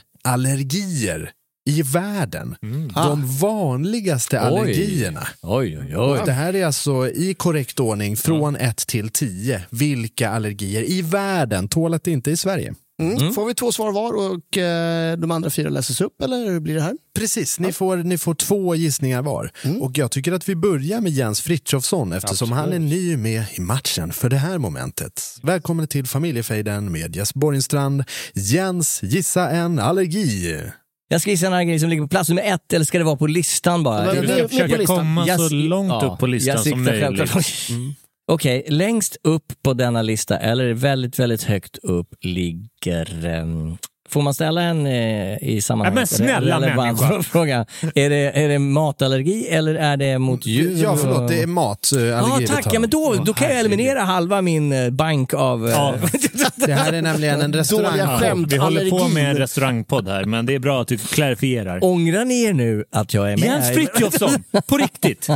[SPEAKER 4] allergier i världen.
[SPEAKER 2] Mm.
[SPEAKER 4] De vanligaste allergierna.
[SPEAKER 2] Oj, oj, oj.
[SPEAKER 4] Det här är alltså i korrekt ordning från 1 till 10. Vilka allergier i världen? Tål att det inte är i Sverige.
[SPEAKER 5] Mm. Får vi två svar var och eh, de andra fyra läses upp, eller hur blir det här? Mm.
[SPEAKER 4] Precis, ni, får, ni får två gissningar var. Och jag tycker att vi börjar med Jens Frithiofsson eftersom han är ny med i matchen för det här momentet. Välkommen till Familjefejden med Jess Borgenstrand. Jens, gissa en allergi.
[SPEAKER 2] Jag ska gissa en annan grej som ligger på plats nummer ett, eller ska det vara på listan bara?
[SPEAKER 5] Det var-
[SPEAKER 3] Du
[SPEAKER 5] det-
[SPEAKER 3] ska försöka komma
[SPEAKER 2] Jag
[SPEAKER 3] så
[SPEAKER 2] si-
[SPEAKER 3] långt
[SPEAKER 2] ja,
[SPEAKER 3] upp på listan
[SPEAKER 2] jag
[SPEAKER 3] som
[SPEAKER 2] siktar
[SPEAKER 3] möjligt. Mm.
[SPEAKER 2] självklart- Okej, längst upp på denna lista, eller väldigt, väldigt högt upp, ligger... ehm, får man ställa en eh, i sammanhanget?
[SPEAKER 3] Ja, men snälla
[SPEAKER 2] eller, eller bara
[SPEAKER 3] människa.
[SPEAKER 2] fråga, är det, är det matallergi eller är det mot djur?
[SPEAKER 4] Ja, förlåt, det är
[SPEAKER 2] Ja,
[SPEAKER 4] matallergi. vi
[SPEAKER 2] tack.
[SPEAKER 4] tar. Mm.
[SPEAKER 2] Ja, men då, då kan jag eliminera halva min eh, bank av... eh,
[SPEAKER 3] Ja.
[SPEAKER 4] Det här är nämligen en
[SPEAKER 5] Dåliga
[SPEAKER 4] restaurang.
[SPEAKER 5] skämt,
[SPEAKER 3] Vi håller på
[SPEAKER 5] allergi.
[SPEAKER 3] med en restaurangpodd här, men det är bra att du klarifierar.
[SPEAKER 2] Ångrar ni er nu att jag är med?
[SPEAKER 3] Jens Frithiofsson, på riktigt.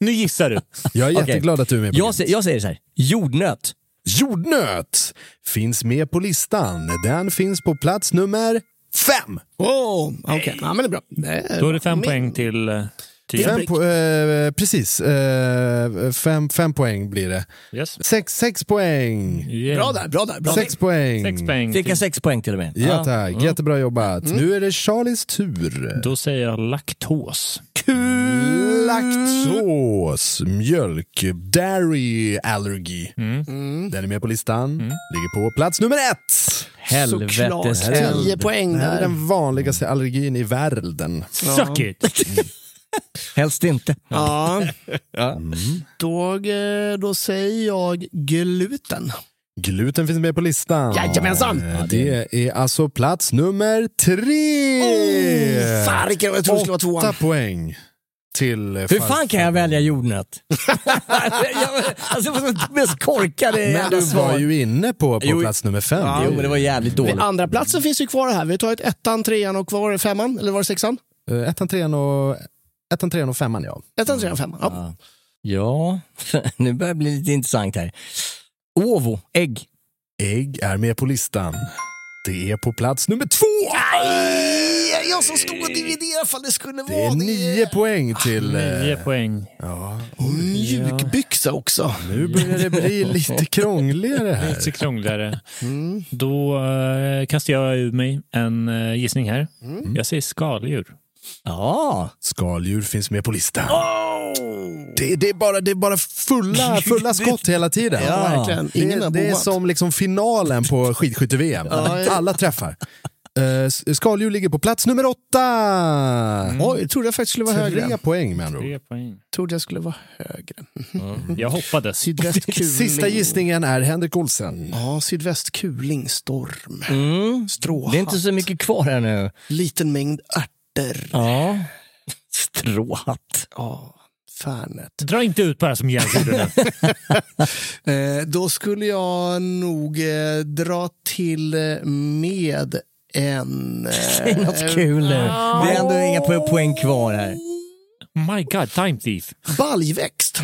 [SPEAKER 3] Nu gissar du.
[SPEAKER 4] Jag är
[SPEAKER 2] Okej.
[SPEAKER 4] jätteglad att du är med. på
[SPEAKER 2] Jag,
[SPEAKER 4] det.
[SPEAKER 2] sä- jag säger så här, jordnöt.
[SPEAKER 4] Jordnöt finns med på listan. Den finns på plats nummer fem.
[SPEAKER 5] Åh, okej. Ja, men det är bra. Det är
[SPEAKER 3] Då är det fem
[SPEAKER 5] min-
[SPEAKER 3] poäng till... eh, till
[SPEAKER 4] fem po- eh, precis, eh, fem, fem poäng blir det.
[SPEAKER 3] Yes.
[SPEAKER 4] Sex, sex poäng.
[SPEAKER 3] Yeah.
[SPEAKER 5] Bra där, bra där. Bra
[SPEAKER 4] Sex poäng.
[SPEAKER 3] Sex poäng.
[SPEAKER 2] Fick
[SPEAKER 3] till-
[SPEAKER 2] jag sex poäng till och med?
[SPEAKER 4] Ja
[SPEAKER 2] Ja.
[SPEAKER 4] tack, jättebra jobbat. Nu är det Charlies tur.
[SPEAKER 3] Då säger jag laktos.
[SPEAKER 4] Laktos, mjölk, dairy allergy.
[SPEAKER 5] Mm.
[SPEAKER 4] Den är med på listan. Ligger på plats nummer ett.
[SPEAKER 5] där. Såklart.
[SPEAKER 2] Helvetes
[SPEAKER 5] Tio poäng
[SPEAKER 4] Det här är
[SPEAKER 5] där.
[SPEAKER 4] den vanligaste allergin i världen.
[SPEAKER 3] Suck it!
[SPEAKER 2] Helst inte.
[SPEAKER 5] Ja,
[SPEAKER 2] Ja.
[SPEAKER 5] då, eh, då säger jag gluten.
[SPEAKER 4] Gluten finns med på listan.
[SPEAKER 5] Jajamensan!
[SPEAKER 4] Eh, Det är alltså plats nummer tre!
[SPEAKER 5] Oh, fan, Rickard, jag trodde det skulle vara tvåan.
[SPEAKER 4] Åtta poäng till eh,
[SPEAKER 2] Hur
[SPEAKER 4] farf-
[SPEAKER 2] fan kan jag välja jordnöt? Jag- alltså, det var det mest korkade
[SPEAKER 4] Men du
[SPEAKER 2] jävla
[SPEAKER 4] var
[SPEAKER 2] svar.
[SPEAKER 4] ju inne på, på
[SPEAKER 2] Jo,
[SPEAKER 4] plats nummer fem.
[SPEAKER 2] Jo, men det var jävligt dåligt.
[SPEAKER 5] Andra platsen finns ju kvar här. Vi tar ett ettan, trean och vad var det, femman? Eller var det sexan?
[SPEAKER 4] Eh, Ettan, trean och, ettan, trean och femman, ja.
[SPEAKER 5] Ettan, trean, femman. Ja.
[SPEAKER 2] Ja, nu börjar det bli lite intressant här. Ovo, ägg.
[SPEAKER 4] Ägg är med på listan. Det är på plats nummer två!
[SPEAKER 5] Nej, jag som stod och dividerade ifall det skulle
[SPEAKER 4] Det är
[SPEAKER 5] vara
[SPEAKER 4] nio poäng till... eh,
[SPEAKER 3] Nio poäng.
[SPEAKER 5] Mjukbyxa också.
[SPEAKER 4] Nu börjar det bli lite krångligare här.
[SPEAKER 3] Lite krångligare.
[SPEAKER 5] Mm.
[SPEAKER 3] Då eh, kastar jag ur mig en eh, gissning här.
[SPEAKER 5] Mm.
[SPEAKER 3] Jag säger skaldjur.
[SPEAKER 2] Ja,
[SPEAKER 4] Skaldjur finns med på listan.
[SPEAKER 5] Oh!
[SPEAKER 4] Det, det, är bara, det är bara fulla, fulla skott hela tiden.
[SPEAKER 5] Ja, verkligen. Ingen
[SPEAKER 4] det,
[SPEAKER 5] har
[SPEAKER 4] det är
[SPEAKER 5] bombat.
[SPEAKER 4] som liksom finalen på skidskytte-VM. Alla träffar. Eh, s- Skaldjur ligger på plats nummer åtta.
[SPEAKER 5] Mm. Oj, trodde jag faktiskt skulle vara högre.
[SPEAKER 4] Tre poäng med andra ord.
[SPEAKER 3] Tre poäng.
[SPEAKER 5] Trodde jag skulle vara högre.
[SPEAKER 2] Mm.
[SPEAKER 3] Jag hoppades.
[SPEAKER 5] Sydvästkuling.
[SPEAKER 4] Sista gissningen är Henrik Olsen.
[SPEAKER 5] Ja, sydvästkuling, storm, stråhatt,
[SPEAKER 2] Mm. det är inte så mycket kvar här nu.
[SPEAKER 5] liten mängd ärtor.
[SPEAKER 2] Ja. Stråhatt.
[SPEAKER 5] Ja, Färnet.
[SPEAKER 3] Dra inte ut på det här som Jens gjorde nu.
[SPEAKER 5] Eh, då skulle jag nog eh, dra till eh, med en...
[SPEAKER 2] Det är något kul nu. Det är ändå inga po- poäng kvar här.
[SPEAKER 3] My God, time thief.
[SPEAKER 5] baljväxt.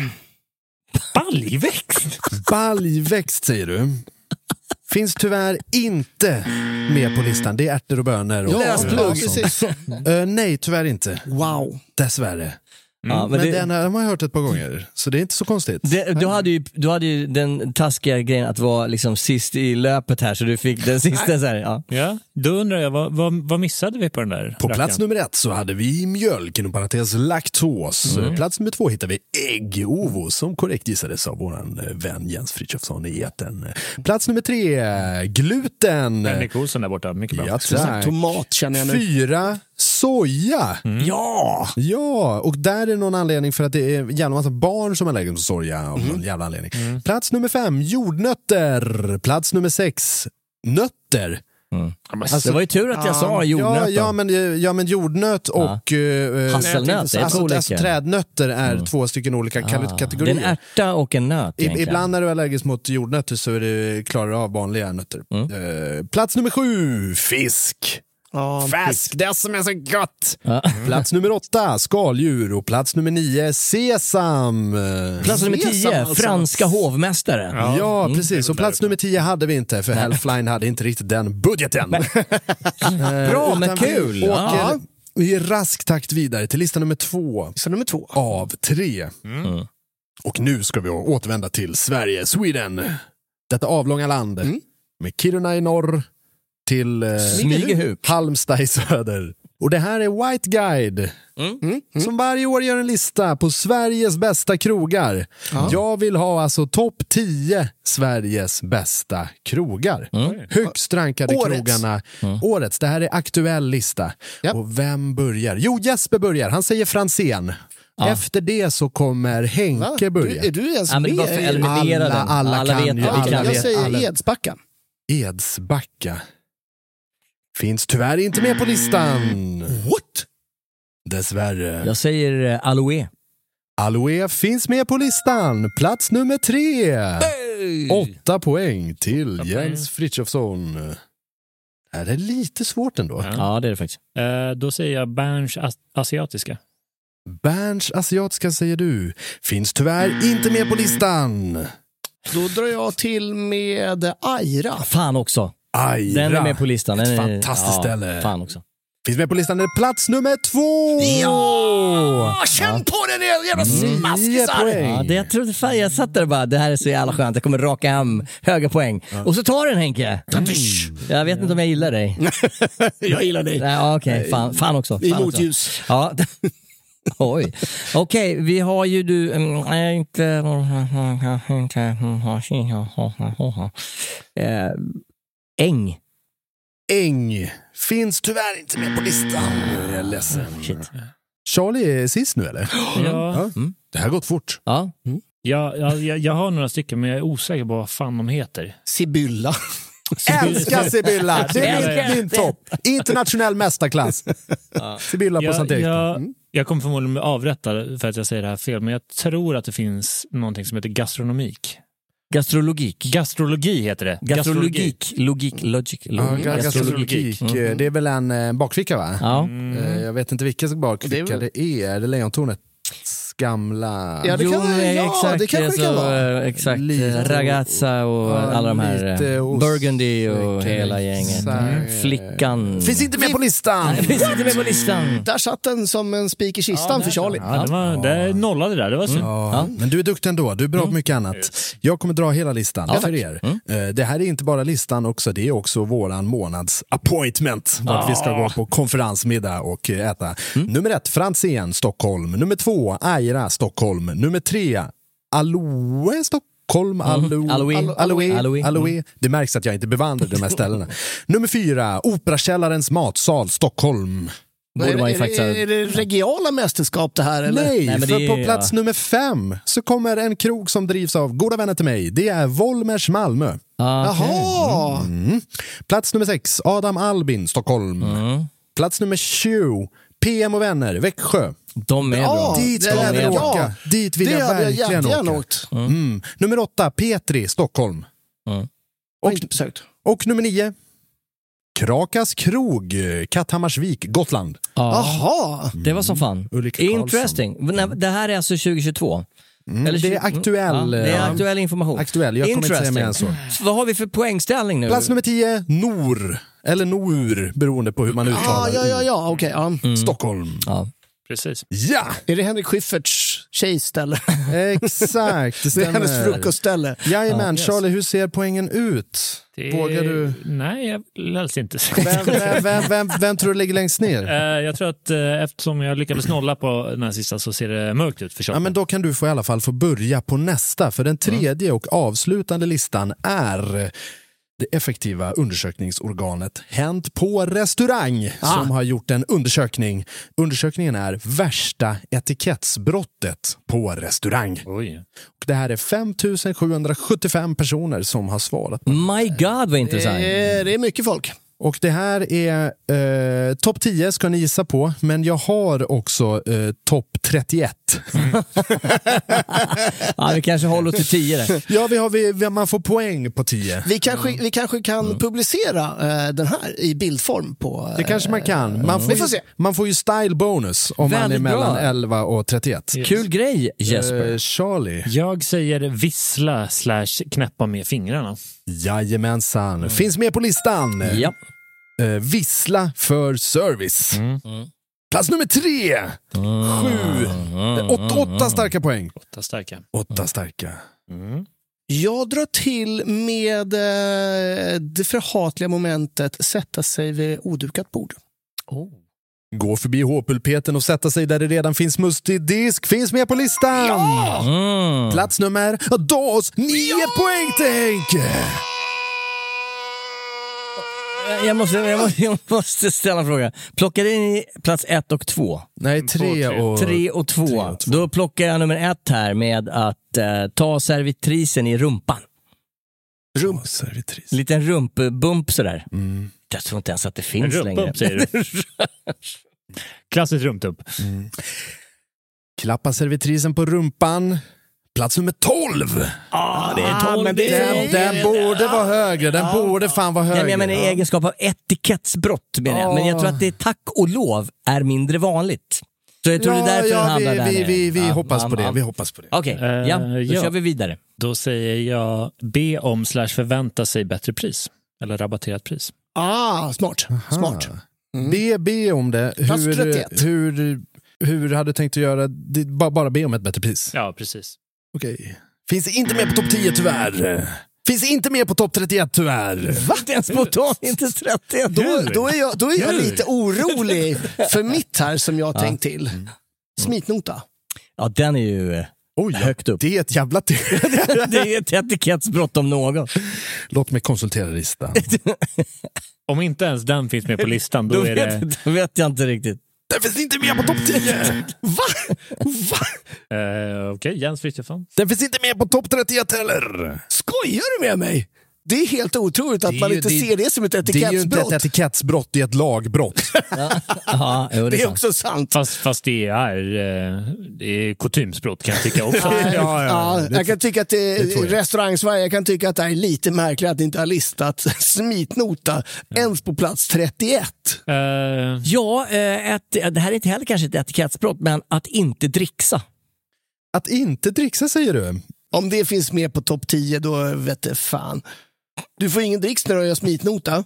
[SPEAKER 3] Baljväxt?
[SPEAKER 4] Baljväxt säger du. Finns tyvärr inte med på listan. Det är ärtor och bönor. Och
[SPEAKER 5] Lösplugg.
[SPEAKER 4] och sånt. Eh, nej, tyvärr inte.
[SPEAKER 5] Wow.
[SPEAKER 4] Dessvärre.
[SPEAKER 2] Ja,
[SPEAKER 4] Mm. Men,
[SPEAKER 2] men det,
[SPEAKER 4] den har den har jag hört ett par gånger, så det är inte så konstigt.
[SPEAKER 2] det, du, hade ju, du hade ju den taskiga grejen att vara liksom sist i löpet här, så du fick den sista. Så här, ja.
[SPEAKER 3] Ja, då undrar jag, vad, vad, vad missade vi på den där?
[SPEAKER 4] På plats
[SPEAKER 3] rackaren?
[SPEAKER 4] nummer ett så hade vi mjölk, inom parentes laktos.
[SPEAKER 2] Mm.
[SPEAKER 4] eh, Plats nummer två hittar vi ägg, ovo, som korrekt gissades av vår vän Jens Frithiofsson i etern. Plats nummer tre, gluten.
[SPEAKER 3] Henrik Olsson där borta, mycket bra.
[SPEAKER 4] Ja, tack.
[SPEAKER 5] Tomat känner jag nu.
[SPEAKER 4] Fyra, soja.
[SPEAKER 3] Mm.
[SPEAKER 4] Ja! Ja, och där är det någon anledning för att det är en jävla massa barn som är allergiska mot soja. Av någon jävla anledning. Plats nummer fem, jordnötter. Plats nummer sex, nötter.
[SPEAKER 2] Alltså, det var ju tur att jag sa jordnöt.
[SPEAKER 4] Ja,
[SPEAKER 2] då.
[SPEAKER 4] ja, men, eh, ja, men jordnöt och... Ja.
[SPEAKER 2] Hasselnöt, det är
[SPEAKER 4] alltså,
[SPEAKER 2] två olika.
[SPEAKER 4] alltså, trädnötter är två stycken olika kal-
[SPEAKER 2] Mm. Ah, Det är
[SPEAKER 4] kategorier.
[SPEAKER 2] en ärta och en nöt
[SPEAKER 4] I,
[SPEAKER 2] egentligen.
[SPEAKER 4] ibland när du är allergisk mot jordnötter så är du klarar du av vanliga nötter.
[SPEAKER 2] Mm.
[SPEAKER 4] Eh, plats nummer sju, fisk.
[SPEAKER 5] Ja,
[SPEAKER 4] Färsk, det som är så gott!
[SPEAKER 2] Ja.
[SPEAKER 4] Plats nummer åtta, skaldjur och plats nummer nio, sesam. Eh,
[SPEAKER 2] Plats nummer Mm.
[SPEAKER 5] Sesam
[SPEAKER 2] 10,
[SPEAKER 5] alltså.
[SPEAKER 2] franska hovmästare.
[SPEAKER 4] Ja, precis. Och plats nummer tio hade vi inte, för Halfline hade inte riktigt den budgeten.
[SPEAKER 2] Bra, men
[SPEAKER 4] Eh, Utan vi
[SPEAKER 2] kul!
[SPEAKER 4] Åker
[SPEAKER 2] Ja.
[SPEAKER 4] i rask takt vidare till lista nummer två
[SPEAKER 5] Så nummer två.
[SPEAKER 4] av tre.
[SPEAKER 3] Mm.
[SPEAKER 4] Mm. Och nu ska vi återvända till Sverige, Sweden. Detta avlånga land
[SPEAKER 5] Mm.
[SPEAKER 4] med Kiruna i norr till eh,
[SPEAKER 2] Smygehuk.
[SPEAKER 4] Halmstad i söder. Och det här är White Guide.
[SPEAKER 5] Mm.
[SPEAKER 4] mm, Som varje år gör en lista på Sveriges bästa krogar. Jag vill ha alltså topp 10 Sveriges bästa krogar.
[SPEAKER 2] Mm.
[SPEAKER 4] Högst rankade
[SPEAKER 5] Årets.
[SPEAKER 4] krogarna. Årets. Det här är aktuell lista.
[SPEAKER 5] Japp.
[SPEAKER 4] Och vem börjar? Jo, Jesper börjar. Han säger Franzén. Efter det så kommer
[SPEAKER 5] Va?
[SPEAKER 4] Henke
[SPEAKER 5] Du,
[SPEAKER 4] börja.
[SPEAKER 5] är du ens
[SPEAKER 2] Ja, men det var för
[SPEAKER 5] med?
[SPEAKER 2] elva- eliminera
[SPEAKER 4] alla,
[SPEAKER 2] den.
[SPEAKER 4] alla,
[SPEAKER 2] Alla
[SPEAKER 4] kan
[SPEAKER 2] vet
[SPEAKER 4] ju.
[SPEAKER 2] det. Vi
[SPEAKER 4] Alla
[SPEAKER 5] Ja,
[SPEAKER 2] kan
[SPEAKER 5] jag
[SPEAKER 2] vet
[SPEAKER 5] säger
[SPEAKER 4] alla.
[SPEAKER 5] Edsbacka.
[SPEAKER 4] Edsbacka. Finns tyvärr inte med på listan. What? Dessvärre.
[SPEAKER 2] Jag säger eh, aloe.
[SPEAKER 4] Aloe finns med på listan. Plats nummer tre. Åtta poäng till Jens Frithiofsson. Det här är lite svårt ändå.
[SPEAKER 3] Ja.
[SPEAKER 2] Ja, det är det faktiskt.
[SPEAKER 3] Eh, då säger jag Berns as- asiatiska.
[SPEAKER 4] Berns asiatiska säger du. Finns tyvärr inte med på listan.
[SPEAKER 5] Då drar jag till med Aira.
[SPEAKER 2] Fan också.
[SPEAKER 4] Ajra.
[SPEAKER 2] Den är med på listan. Den
[SPEAKER 4] Ett
[SPEAKER 2] är,
[SPEAKER 4] fantastiskt
[SPEAKER 2] ja,
[SPEAKER 4] ställe.
[SPEAKER 2] Fan också.
[SPEAKER 4] Finns med på listan är plats nummer två! Ja!
[SPEAKER 5] Känn på den er jävla
[SPEAKER 4] Mm. Nio poäng.
[SPEAKER 2] Ja, det, jag, trodde, fan, jag satt där och bara, det här är så jävla skönt, jag kommer raka hem höga poäng. Och så tar den Henke! Jag vet inte om jag gillar dig.
[SPEAKER 5] Jag gillar dig.
[SPEAKER 2] Nej, ja, Okej, fan, fan också.
[SPEAKER 5] I
[SPEAKER 2] fan också.
[SPEAKER 5] motljus.
[SPEAKER 2] Ja. Oj. Okej, vi har ju du... mm, nej, inte- Eh, Äng.
[SPEAKER 4] Äng finns tyvärr inte med på listan. Jag är ledsen.
[SPEAKER 2] Mm. Oh, Shit. Mm.
[SPEAKER 4] Charlie är sist nu eller?
[SPEAKER 3] Ja.
[SPEAKER 4] Det här har gått fort. Mm.
[SPEAKER 2] Ja.
[SPEAKER 3] Ja, ja, jag, jag har några stycken, men jag är osäker på vad fan de heter.
[SPEAKER 5] Sibylla.
[SPEAKER 4] Älskar Sibylla! Det är min, min topp. Internationell mästarklass. Sibylla på
[SPEAKER 3] Jag,
[SPEAKER 4] Sankt Erik.
[SPEAKER 3] jag, jag kommer förmodligen bli avrättad för att jag säger det här fel, men jag tror att det finns någonting som heter gastronomik.
[SPEAKER 2] Gastrologik.
[SPEAKER 3] Gastrologi heter det.
[SPEAKER 2] Gastrologik. Logik. Logic.
[SPEAKER 4] Ja,
[SPEAKER 2] logik.
[SPEAKER 4] ga- Gastrologik. Eh, Det är väl en eh, bakficka va?
[SPEAKER 2] Ja. Mm.
[SPEAKER 4] Eh, Jag vet inte vilken bakficka
[SPEAKER 5] Det är
[SPEAKER 4] det,
[SPEAKER 5] väl-
[SPEAKER 4] är. Är det Lejontornets gamla...
[SPEAKER 5] Ja, det kan- ja, det kanske det kan vara.
[SPEAKER 2] eh, Exakt.
[SPEAKER 4] Lite-
[SPEAKER 2] Ragazza och
[SPEAKER 4] Ja,
[SPEAKER 2] alla de här. eh,
[SPEAKER 4] lite ost-
[SPEAKER 2] Burgundy och
[SPEAKER 4] Exakt.
[SPEAKER 2] hela gänget.
[SPEAKER 4] Mm.
[SPEAKER 2] Flickan.
[SPEAKER 4] Finns inte med på listan!
[SPEAKER 2] Finns inte med på listan.
[SPEAKER 5] Där satt den som en spik i kistan för Charlie.
[SPEAKER 3] Ja, det, var, det Eh, nollade där, det var synd.
[SPEAKER 2] Mm.
[SPEAKER 4] Ja. Men du är duktig ändå, du är bra på mycket annat. Jag kommer dra hela listan för er.
[SPEAKER 2] Mm.
[SPEAKER 4] Eh, Det här är inte bara listan också, det är också våran månads appointment. Vart vi ska gå på konferensmiddag och eh, äta. Nummer ett, Franzén, Stockholm. Nummer två, Aira, Stockholm. Nummer tre, Aloe, Stockholm. Alo-
[SPEAKER 2] Aloe.
[SPEAKER 4] Alo- Aloe.
[SPEAKER 2] Aloe.
[SPEAKER 4] Aloe. Aloe. Det märks att jag inte är bevandrad i de här ställena. Nummer fyra, Operakällarens matsal, Stockholm.
[SPEAKER 5] Är,
[SPEAKER 2] Borde man ju
[SPEAKER 5] det-
[SPEAKER 2] faktiskt ha-
[SPEAKER 5] är, det- är det regionala mästerskap det här eller?
[SPEAKER 4] Nej,
[SPEAKER 2] Nej, men
[SPEAKER 4] för
[SPEAKER 2] det
[SPEAKER 4] på
[SPEAKER 2] är-
[SPEAKER 4] plats nummer fem så kommer en krog som drivs av goda vänner till mig. Det är Volmers Malmö.
[SPEAKER 2] Ah,
[SPEAKER 5] Jaha!
[SPEAKER 4] Mm. Plats nummer sex, Adam Albin, Stockholm. Plats nummer 20, PM och vänner, Växjö.
[SPEAKER 2] De är bra.
[SPEAKER 4] Dit
[SPEAKER 5] det
[SPEAKER 4] ska
[SPEAKER 5] hade
[SPEAKER 4] vi
[SPEAKER 5] jag.
[SPEAKER 4] åka. Dit vill
[SPEAKER 5] Det
[SPEAKER 4] jag
[SPEAKER 5] hade jag
[SPEAKER 4] verkligen
[SPEAKER 5] jättegärna
[SPEAKER 4] åka.
[SPEAKER 5] åkt.
[SPEAKER 4] Mm. Nummer åtta, Petri, Stockholm.
[SPEAKER 5] Och inte besökt.
[SPEAKER 4] Och nummer nio, Krakas krog, Katthammarsvik, Gotland.
[SPEAKER 2] Ja.
[SPEAKER 5] Jaha!
[SPEAKER 2] Det var som fan.
[SPEAKER 4] Mm. Ulrika Karlsson. Mm,
[SPEAKER 2] Interesting. Men när- Det här är alltså 2022? Eller
[SPEAKER 4] det är
[SPEAKER 2] 20
[SPEAKER 4] aktuell,
[SPEAKER 2] Ja, det är
[SPEAKER 4] ja.
[SPEAKER 2] aktuell information.
[SPEAKER 4] Aktuell, jag kommer inte säga mer än så.
[SPEAKER 2] Interesting. Vad har vi för poängställning nu?
[SPEAKER 4] Plats nummer tio, Nor. Eller Nor, beroende på hur man
[SPEAKER 5] Ah,
[SPEAKER 4] uttalar Mm.
[SPEAKER 5] ja, ja, ja, okej. ja.
[SPEAKER 4] Stockholm.
[SPEAKER 2] Ja.
[SPEAKER 3] Precis.
[SPEAKER 4] Ja,
[SPEAKER 5] Är det Henrik Schyfferts tjejställe?
[SPEAKER 4] exakt. Det
[SPEAKER 5] Det är
[SPEAKER 4] stämmer.
[SPEAKER 5] hennes frukostställe.
[SPEAKER 4] Jajamän,
[SPEAKER 3] yes.
[SPEAKER 4] Charlie, hur ser poängen ut?
[SPEAKER 3] Det-
[SPEAKER 4] Vågar du?
[SPEAKER 3] Nej, jag läste inte.
[SPEAKER 4] Vem, vem, vem, vem, vem tror du ligger längst ner?
[SPEAKER 3] Eh, jag tror att eh, eftersom jag lyckades nolla på den här sista så ser det mörkt ut för
[SPEAKER 4] Ja,
[SPEAKER 3] Charlie.
[SPEAKER 4] men då kan du få, i alla fall få börja på nästa, för den tredje och avslutande listan är det effektiva undersökningsorganet Hänt på restaurang
[SPEAKER 3] Ah.
[SPEAKER 4] som har gjort en undersökning. Undersökningen är värsta etikettsbrottet på restaurang.
[SPEAKER 3] Oj.
[SPEAKER 4] Och det här är 5775 personer som har svarat.
[SPEAKER 2] My God vad intressant.
[SPEAKER 5] Eh, Det är mycket folk.
[SPEAKER 4] Och det här är eh, topp 10 ska ni gissa på, men jag har också eh, topp 31.
[SPEAKER 2] Ja, vi kanske håller oss till 10 där.
[SPEAKER 4] Ja, vi har, vi, vi- man får poäng på Mm. 10.
[SPEAKER 5] Vi kanske, vi kanske kan publicera eh, den här i bildform på... eh,
[SPEAKER 4] Det kanske man kan. Man får,
[SPEAKER 5] Vi får
[SPEAKER 4] ju,
[SPEAKER 5] se.
[SPEAKER 4] man får ju style bonus om man är
[SPEAKER 2] Väldigt bra.
[SPEAKER 4] mellan 11 och 31.
[SPEAKER 2] Kul grej Jesper.
[SPEAKER 4] Eh, Charlie.
[SPEAKER 3] Jag säger vissla slash knäppa med fingrarna.
[SPEAKER 4] Jajamensan.
[SPEAKER 5] Mm.
[SPEAKER 4] Finns med på listan.
[SPEAKER 2] Ja.
[SPEAKER 4] Eh, vissla för service.
[SPEAKER 2] Mm.
[SPEAKER 4] Plats nummer tre. Sju.
[SPEAKER 2] Mm.
[SPEAKER 4] Eh, Åtta, åtta starka poäng.
[SPEAKER 3] Åtta starka.
[SPEAKER 4] Åtta starka.
[SPEAKER 5] Jag drar till med eh, det förhatliga momentet sätta sig vid odukat bord.
[SPEAKER 2] Oh.
[SPEAKER 4] Gå förbi H-pulpeten och sätta sig där det redan finns mustig disk finns med på listan!
[SPEAKER 2] Mm.
[SPEAKER 4] Plats nummer dos, nio poäng till Henke!
[SPEAKER 2] Jag, måste, jag, måste, jag måste ställa en fråga. Plockade ni plats 1 och 2?
[SPEAKER 4] Nej, tre och...
[SPEAKER 2] 3 och 2.
[SPEAKER 4] tre och två.
[SPEAKER 2] Då plockar jag nummer 1 här med att eh, ta servitrisen i rumpan.
[SPEAKER 4] Rump. Mm. Servitris.
[SPEAKER 2] Liten rumpbump sådär. Jag tror inte ens att det
[SPEAKER 3] En
[SPEAKER 2] finns längre.
[SPEAKER 3] rumpupp säger du. Klassiskt rumtupp.
[SPEAKER 4] Mm. Klappa servitrisen på rumpan. Plats nummer 12!
[SPEAKER 2] Ja, det
[SPEAKER 3] Ah,
[SPEAKER 2] är 12.
[SPEAKER 5] men det
[SPEAKER 4] Den, den borde vara högre, den borde fan vara
[SPEAKER 2] Ja, men
[SPEAKER 4] högre.
[SPEAKER 2] jag menar i egenskap av etikettsbrott menar jag. Men jag tror att det tack och lov är mindre vanligt. Så jag tror det är därför den
[SPEAKER 4] ja,
[SPEAKER 2] hamnar där
[SPEAKER 4] vi, vi,
[SPEAKER 2] nere.
[SPEAKER 4] vi, vi
[SPEAKER 2] Ja,
[SPEAKER 4] hoppas
[SPEAKER 2] ja,
[SPEAKER 4] på det.
[SPEAKER 2] ja.
[SPEAKER 4] Vi hoppas på det.
[SPEAKER 2] Okej,
[SPEAKER 3] Eh,
[SPEAKER 2] ja, då
[SPEAKER 3] ja.
[SPEAKER 2] kör vi vidare.
[SPEAKER 3] Då säger jag be om slash förvänta sig bättre pris. Eller rabatterat pris.
[SPEAKER 5] Ah, smart. smart. Mm.
[SPEAKER 4] Be, be om det.
[SPEAKER 5] Plats
[SPEAKER 4] Hur,
[SPEAKER 5] 31.
[SPEAKER 4] hur, hur hade du tänkt att göra? Det- ba- Bara be om ett bättre pris.
[SPEAKER 3] Ja, precis.
[SPEAKER 4] Okej. Finns inte med på topp 10 tyvärr. Finns inte med på topp 31 tyvärr.
[SPEAKER 2] Va? Inte ens spontant, inte ens 31.
[SPEAKER 5] Då, då är jag, då är jag lite orolig för mitt här som jag tänkt till.
[SPEAKER 4] Mm.
[SPEAKER 5] Smitnota.
[SPEAKER 2] Ja, den är ju eh, högt upp.
[SPEAKER 4] Det är ett jävla till.
[SPEAKER 2] Det är ett etikettsbrott om någon.
[SPEAKER 4] Låt mig konsultera listan.
[SPEAKER 3] Om inte ens den finns med på listan, då
[SPEAKER 2] Då
[SPEAKER 3] är det...
[SPEAKER 2] vet, då vet jag inte riktigt.
[SPEAKER 4] Den finns inte med på topp 10! Va? Va?
[SPEAKER 3] Eh, Okej, Jens Frithiofsson.
[SPEAKER 4] Den finns inte med på topp 31 heller!
[SPEAKER 5] Skojar du med mig? Det är helt otroligt att
[SPEAKER 4] Det är
[SPEAKER 5] man
[SPEAKER 4] ju-
[SPEAKER 5] inte
[SPEAKER 4] det-
[SPEAKER 5] ser det som ett
[SPEAKER 4] Det är ju inte ett
[SPEAKER 5] etikettsbrott.
[SPEAKER 4] etikettsbrott, det är ett lagbrott.
[SPEAKER 2] Ja, jo,
[SPEAKER 5] Det
[SPEAKER 2] det
[SPEAKER 5] är
[SPEAKER 4] liksom.
[SPEAKER 5] också
[SPEAKER 2] är sant.
[SPEAKER 5] sant.
[SPEAKER 3] Fast, fast det är, eh, det är kutymsbrott kan jag tycka också.
[SPEAKER 5] Nej,
[SPEAKER 4] ja, ja.
[SPEAKER 5] ja, jag kan tycka att det,
[SPEAKER 4] tror jag.
[SPEAKER 5] restaurang-Sverige, jag kan tycka att det är lite märkligt att det inte har listat smitnota ens på plats 31.
[SPEAKER 3] Eh,
[SPEAKER 2] Ja, eh, ett, det här är inte heller kanske ett etikettsbrott, men att inte dricksa.
[SPEAKER 4] Att inte dricksa säger du?
[SPEAKER 5] Om det finns med på topp 10, då vet du fan. Du får ingen dricks när du har smitnota.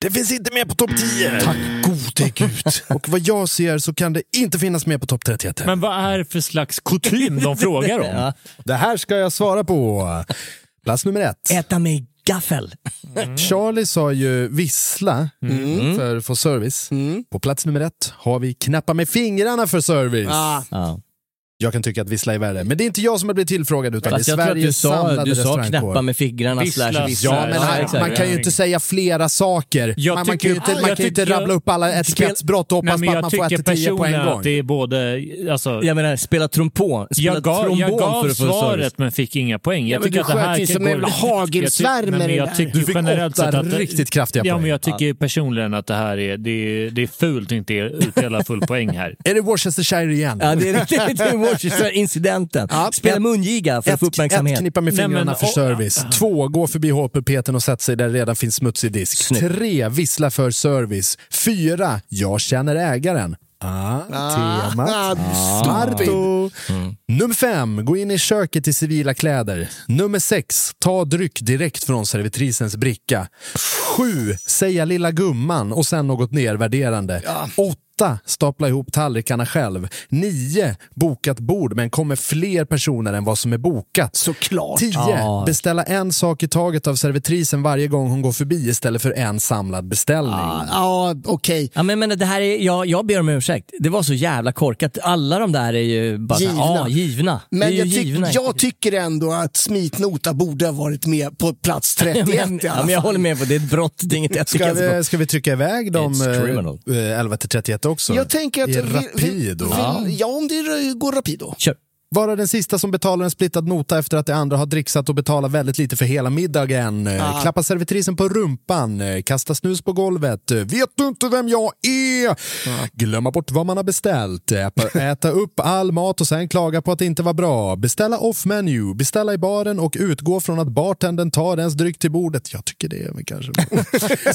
[SPEAKER 4] Det finns inte med på topp 10!
[SPEAKER 5] Tack gode gud.
[SPEAKER 4] Och vad jag ser så kan det inte finnas med på topp 31 heller.
[SPEAKER 3] men vad är det för slags kutym de frågar om?
[SPEAKER 2] Ja.
[SPEAKER 4] Det här ska jag svara på. Plats nummer ett.
[SPEAKER 2] Äta med gaffel.
[SPEAKER 4] Charlie sa ju vissla
[SPEAKER 5] Mm.
[SPEAKER 4] Mm.
[SPEAKER 5] Ah.
[SPEAKER 4] för, för service. På plats nummer ett har vi knappa med fingrarna för service.
[SPEAKER 5] Ah.
[SPEAKER 2] Ja.
[SPEAKER 4] Jag kan tycka att vissla är värre, men det är inte jag som har blivit tillfrågad utan
[SPEAKER 2] Fast
[SPEAKER 4] det är
[SPEAKER 2] Alltså, jag tror att du
[SPEAKER 4] Sveriges
[SPEAKER 2] sa,
[SPEAKER 4] samlade
[SPEAKER 2] du sa knappa
[SPEAKER 4] restaurangkår.
[SPEAKER 2] med fingrarna
[SPEAKER 3] Vissla.
[SPEAKER 2] slash
[SPEAKER 4] Ja,
[SPEAKER 2] vissla.
[SPEAKER 4] men
[SPEAKER 3] Ja,
[SPEAKER 4] här,
[SPEAKER 3] exakt.
[SPEAKER 4] man kan ju inte säga flera saker.
[SPEAKER 3] Jag
[SPEAKER 4] man, man kan
[SPEAKER 3] tycker-
[SPEAKER 4] ju inte, man
[SPEAKER 3] jag
[SPEAKER 4] kan ju inte
[SPEAKER 3] tycker-
[SPEAKER 4] rabbla upp alla
[SPEAKER 3] jag-
[SPEAKER 4] etikettsbrott och
[SPEAKER 3] Nej,
[SPEAKER 4] hoppas
[SPEAKER 3] men
[SPEAKER 4] på att
[SPEAKER 3] jag
[SPEAKER 4] man får
[SPEAKER 3] tycker
[SPEAKER 4] 1 till 10 på en
[SPEAKER 3] personligen
[SPEAKER 4] gång.
[SPEAKER 3] att det är både... Alltså,
[SPEAKER 2] Jag menar, spela trompon. Spela
[SPEAKER 3] jag gav,
[SPEAKER 2] trombon
[SPEAKER 3] jag gav
[SPEAKER 2] för att få
[SPEAKER 3] svaret
[SPEAKER 2] service.
[SPEAKER 3] men fick inga poäng. Jag
[SPEAKER 5] men
[SPEAKER 3] tycker
[SPEAKER 5] du
[SPEAKER 3] att det här
[SPEAKER 5] sköt ju
[SPEAKER 3] kan
[SPEAKER 5] som
[SPEAKER 3] gå-
[SPEAKER 5] en jävla
[SPEAKER 3] Jag tycker-
[SPEAKER 5] hagelsvärm
[SPEAKER 3] nej,
[SPEAKER 5] med
[SPEAKER 3] men
[SPEAKER 5] det
[SPEAKER 3] jag
[SPEAKER 5] där.
[SPEAKER 3] tycker
[SPEAKER 4] Du fick
[SPEAKER 3] generellt
[SPEAKER 4] åtta
[SPEAKER 3] sett att-
[SPEAKER 4] riktigt kraftiga
[SPEAKER 3] ja,
[SPEAKER 4] poäng.
[SPEAKER 3] Men jag tycker personligen att det här är, det är, det är fult att inte utdela full poäng här.
[SPEAKER 4] Är det Worcestershire igen?
[SPEAKER 2] Ja, det är riktigt. Det är Worcestershire-incidenten.
[SPEAKER 4] Ja.
[SPEAKER 2] Spela mungiga för att få
[SPEAKER 4] Ett,
[SPEAKER 2] uppmärksamhet.
[SPEAKER 4] knippa med
[SPEAKER 3] Nej, men-
[SPEAKER 4] fingrarna för
[SPEAKER 3] och-
[SPEAKER 4] service. Två, gå förbi HP-peten och sätt sig där det redan finns smutsig disk.
[SPEAKER 2] Snyggt.
[SPEAKER 4] Tre, vissla för service. Fyra, jag känner ägaren. Ah, temat. Ah.
[SPEAKER 3] ah,
[SPEAKER 4] Smart. Nummer fem, gå in i köket i civila kläder. Nummer sex, ta dryck direkt från servitrisens bricka. Sju, säga lilla gumman och sen något nedvärderande. Åtta, stapla ihop tallrikarna själv. Nio, boka ett bord men kommer fler personer än vad som är bokat.
[SPEAKER 5] Såklart.
[SPEAKER 4] 10.
[SPEAKER 2] Ja.
[SPEAKER 4] Beställa en sak i taget av servitrisen varje gång hon går förbi istället för en samlad beställning.
[SPEAKER 5] Ja, okej.
[SPEAKER 2] Ja, men, men det här är, jag, jag ber om ursäkt. Det var så jävla korkat. Alla de där är ju bara så här,
[SPEAKER 5] Givna.
[SPEAKER 2] Ja,
[SPEAKER 4] Ah,
[SPEAKER 2] givna. Det är
[SPEAKER 5] Men
[SPEAKER 2] ju
[SPEAKER 5] jag, tyck-
[SPEAKER 2] givna.
[SPEAKER 5] jag tycker ändå att smitnota borde ha varit med på plats
[SPEAKER 2] Ja,
[SPEAKER 5] 31
[SPEAKER 2] men,
[SPEAKER 5] i alla
[SPEAKER 2] ja, men jag
[SPEAKER 5] fall.
[SPEAKER 2] håller med på det är ett brott, det är inget
[SPEAKER 4] Ska vi,
[SPEAKER 2] etikettsbrott.
[SPEAKER 4] ska vi trycka iväg de
[SPEAKER 2] It's criminal.
[SPEAKER 4] eh, 11 till 31 också?
[SPEAKER 5] Jag tänker att...
[SPEAKER 4] I
[SPEAKER 5] vi- vi-
[SPEAKER 4] Rapido.
[SPEAKER 5] vi- Ja, om det är- går Rapido.
[SPEAKER 2] Kör.
[SPEAKER 4] Vara den sista som betalar en splittad nota efter att de andra har dricksat och betalar väldigt lite för hela middagen. Eh,
[SPEAKER 2] Ah.
[SPEAKER 4] Klappa servitrisen på rumpan, eh, kasta snus på golvet. Eh, Vet du inte vem jag är?
[SPEAKER 2] Ah.
[SPEAKER 4] Glömma bort vad man har beställt. Äpa- Äta upp all mat och sen klaga på att det inte var bra. Beställa off-menu, beställa i baren och utgå från att bartendern tar ens dryck till bordet. Jag tycker det, men kanske...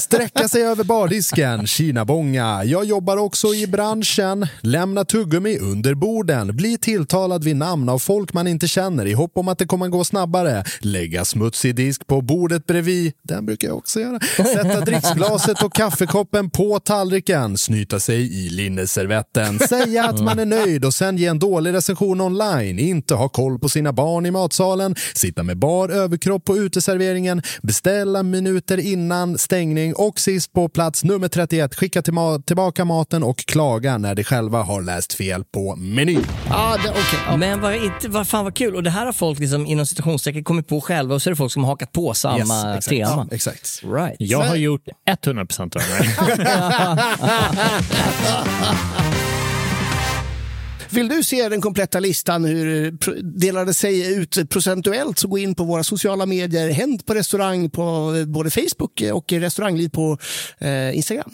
[SPEAKER 4] Sträcka sig över bardisken, kinabonga. Jag jobbar också i branschen. Lämna tuggummi under borden. Bli tilltalad vid namn av folk man inte känner i hopp om att det kommer gå snabbare. Lägga smutsig disk på bordet bredvid. Den brukar jag också göra. Sätta dricksglaset och kaffekoppen på tallriken. Snyta sig i linneservetten. Säga att man är nöjd och sen ge en dålig recension online. Inte ha koll på sina barn i matsalen. Sitta med bar överkropp på uteserveringen. Beställa minuter innan stängning och sist på plats nummer 31 skicka till ma- tillbaka maten och klaga när de själva har läst fel på menyn.
[SPEAKER 5] Ja, det- okej. Ja.
[SPEAKER 2] Men vad, inte, vad fan vad kul. Och det här har folk liksom, inom citationstecken kommit på själva och så är det folk som har hakat på samma
[SPEAKER 4] exakt.
[SPEAKER 2] tema.
[SPEAKER 4] Ja, exakt.
[SPEAKER 2] Right.
[SPEAKER 3] Jag har gjort 100% av det här.
[SPEAKER 5] Vill du se den kompletta listan hur det pro- delade sig ut procentuellt så gå in på våra sociala medier. Hänt på restaurang på eh, både Facebook och restaurangliv på eh, Instagram.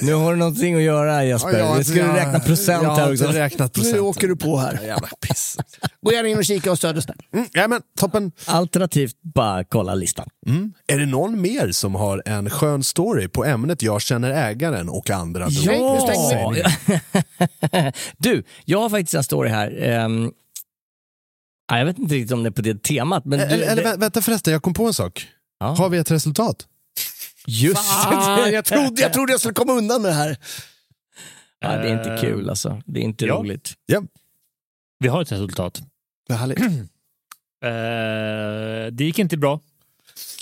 [SPEAKER 2] Nu har du någonting att göra Jesper.
[SPEAKER 4] Ja,
[SPEAKER 2] nu ska du
[SPEAKER 4] ja,
[SPEAKER 2] räkna procent
[SPEAKER 4] jag har
[SPEAKER 2] här
[SPEAKER 4] inte
[SPEAKER 2] också.
[SPEAKER 4] räknat procent.
[SPEAKER 5] Nu åker du på här.
[SPEAKER 4] Jävla piss.
[SPEAKER 5] Gå gärna in och kika och stöd oss där.
[SPEAKER 4] Mm, ja, men, toppen.
[SPEAKER 2] Alternativt bara kolla listan.
[SPEAKER 4] Är det någon mer som har en skön story på ämnet jag känner ägaren och andra?
[SPEAKER 2] Ja!
[SPEAKER 4] beroende på sig?
[SPEAKER 2] du, jag har faktiskt en story här. Ehm, ja, jag vet inte riktigt om det är på det temat, men du,
[SPEAKER 4] Eller, eller
[SPEAKER 2] det,
[SPEAKER 4] vä- vänta förresten, jag kom på en sak.
[SPEAKER 2] Ja.
[SPEAKER 4] Har vi ett resultat?
[SPEAKER 2] just
[SPEAKER 5] Ah, jag, trodde, jag trodde jag skulle komma undan med det här.
[SPEAKER 2] ja, det är inte kul alltså. Det är inte
[SPEAKER 3] Ja.
[SPEAKER 2] roligt.
[SPEAKER 4] Ja.
[SPEAKER 3] Vi har ett resultat.
[SPEAKER 4] Vad härligt.
[SPEAKER 3] Eh, det gick inte bra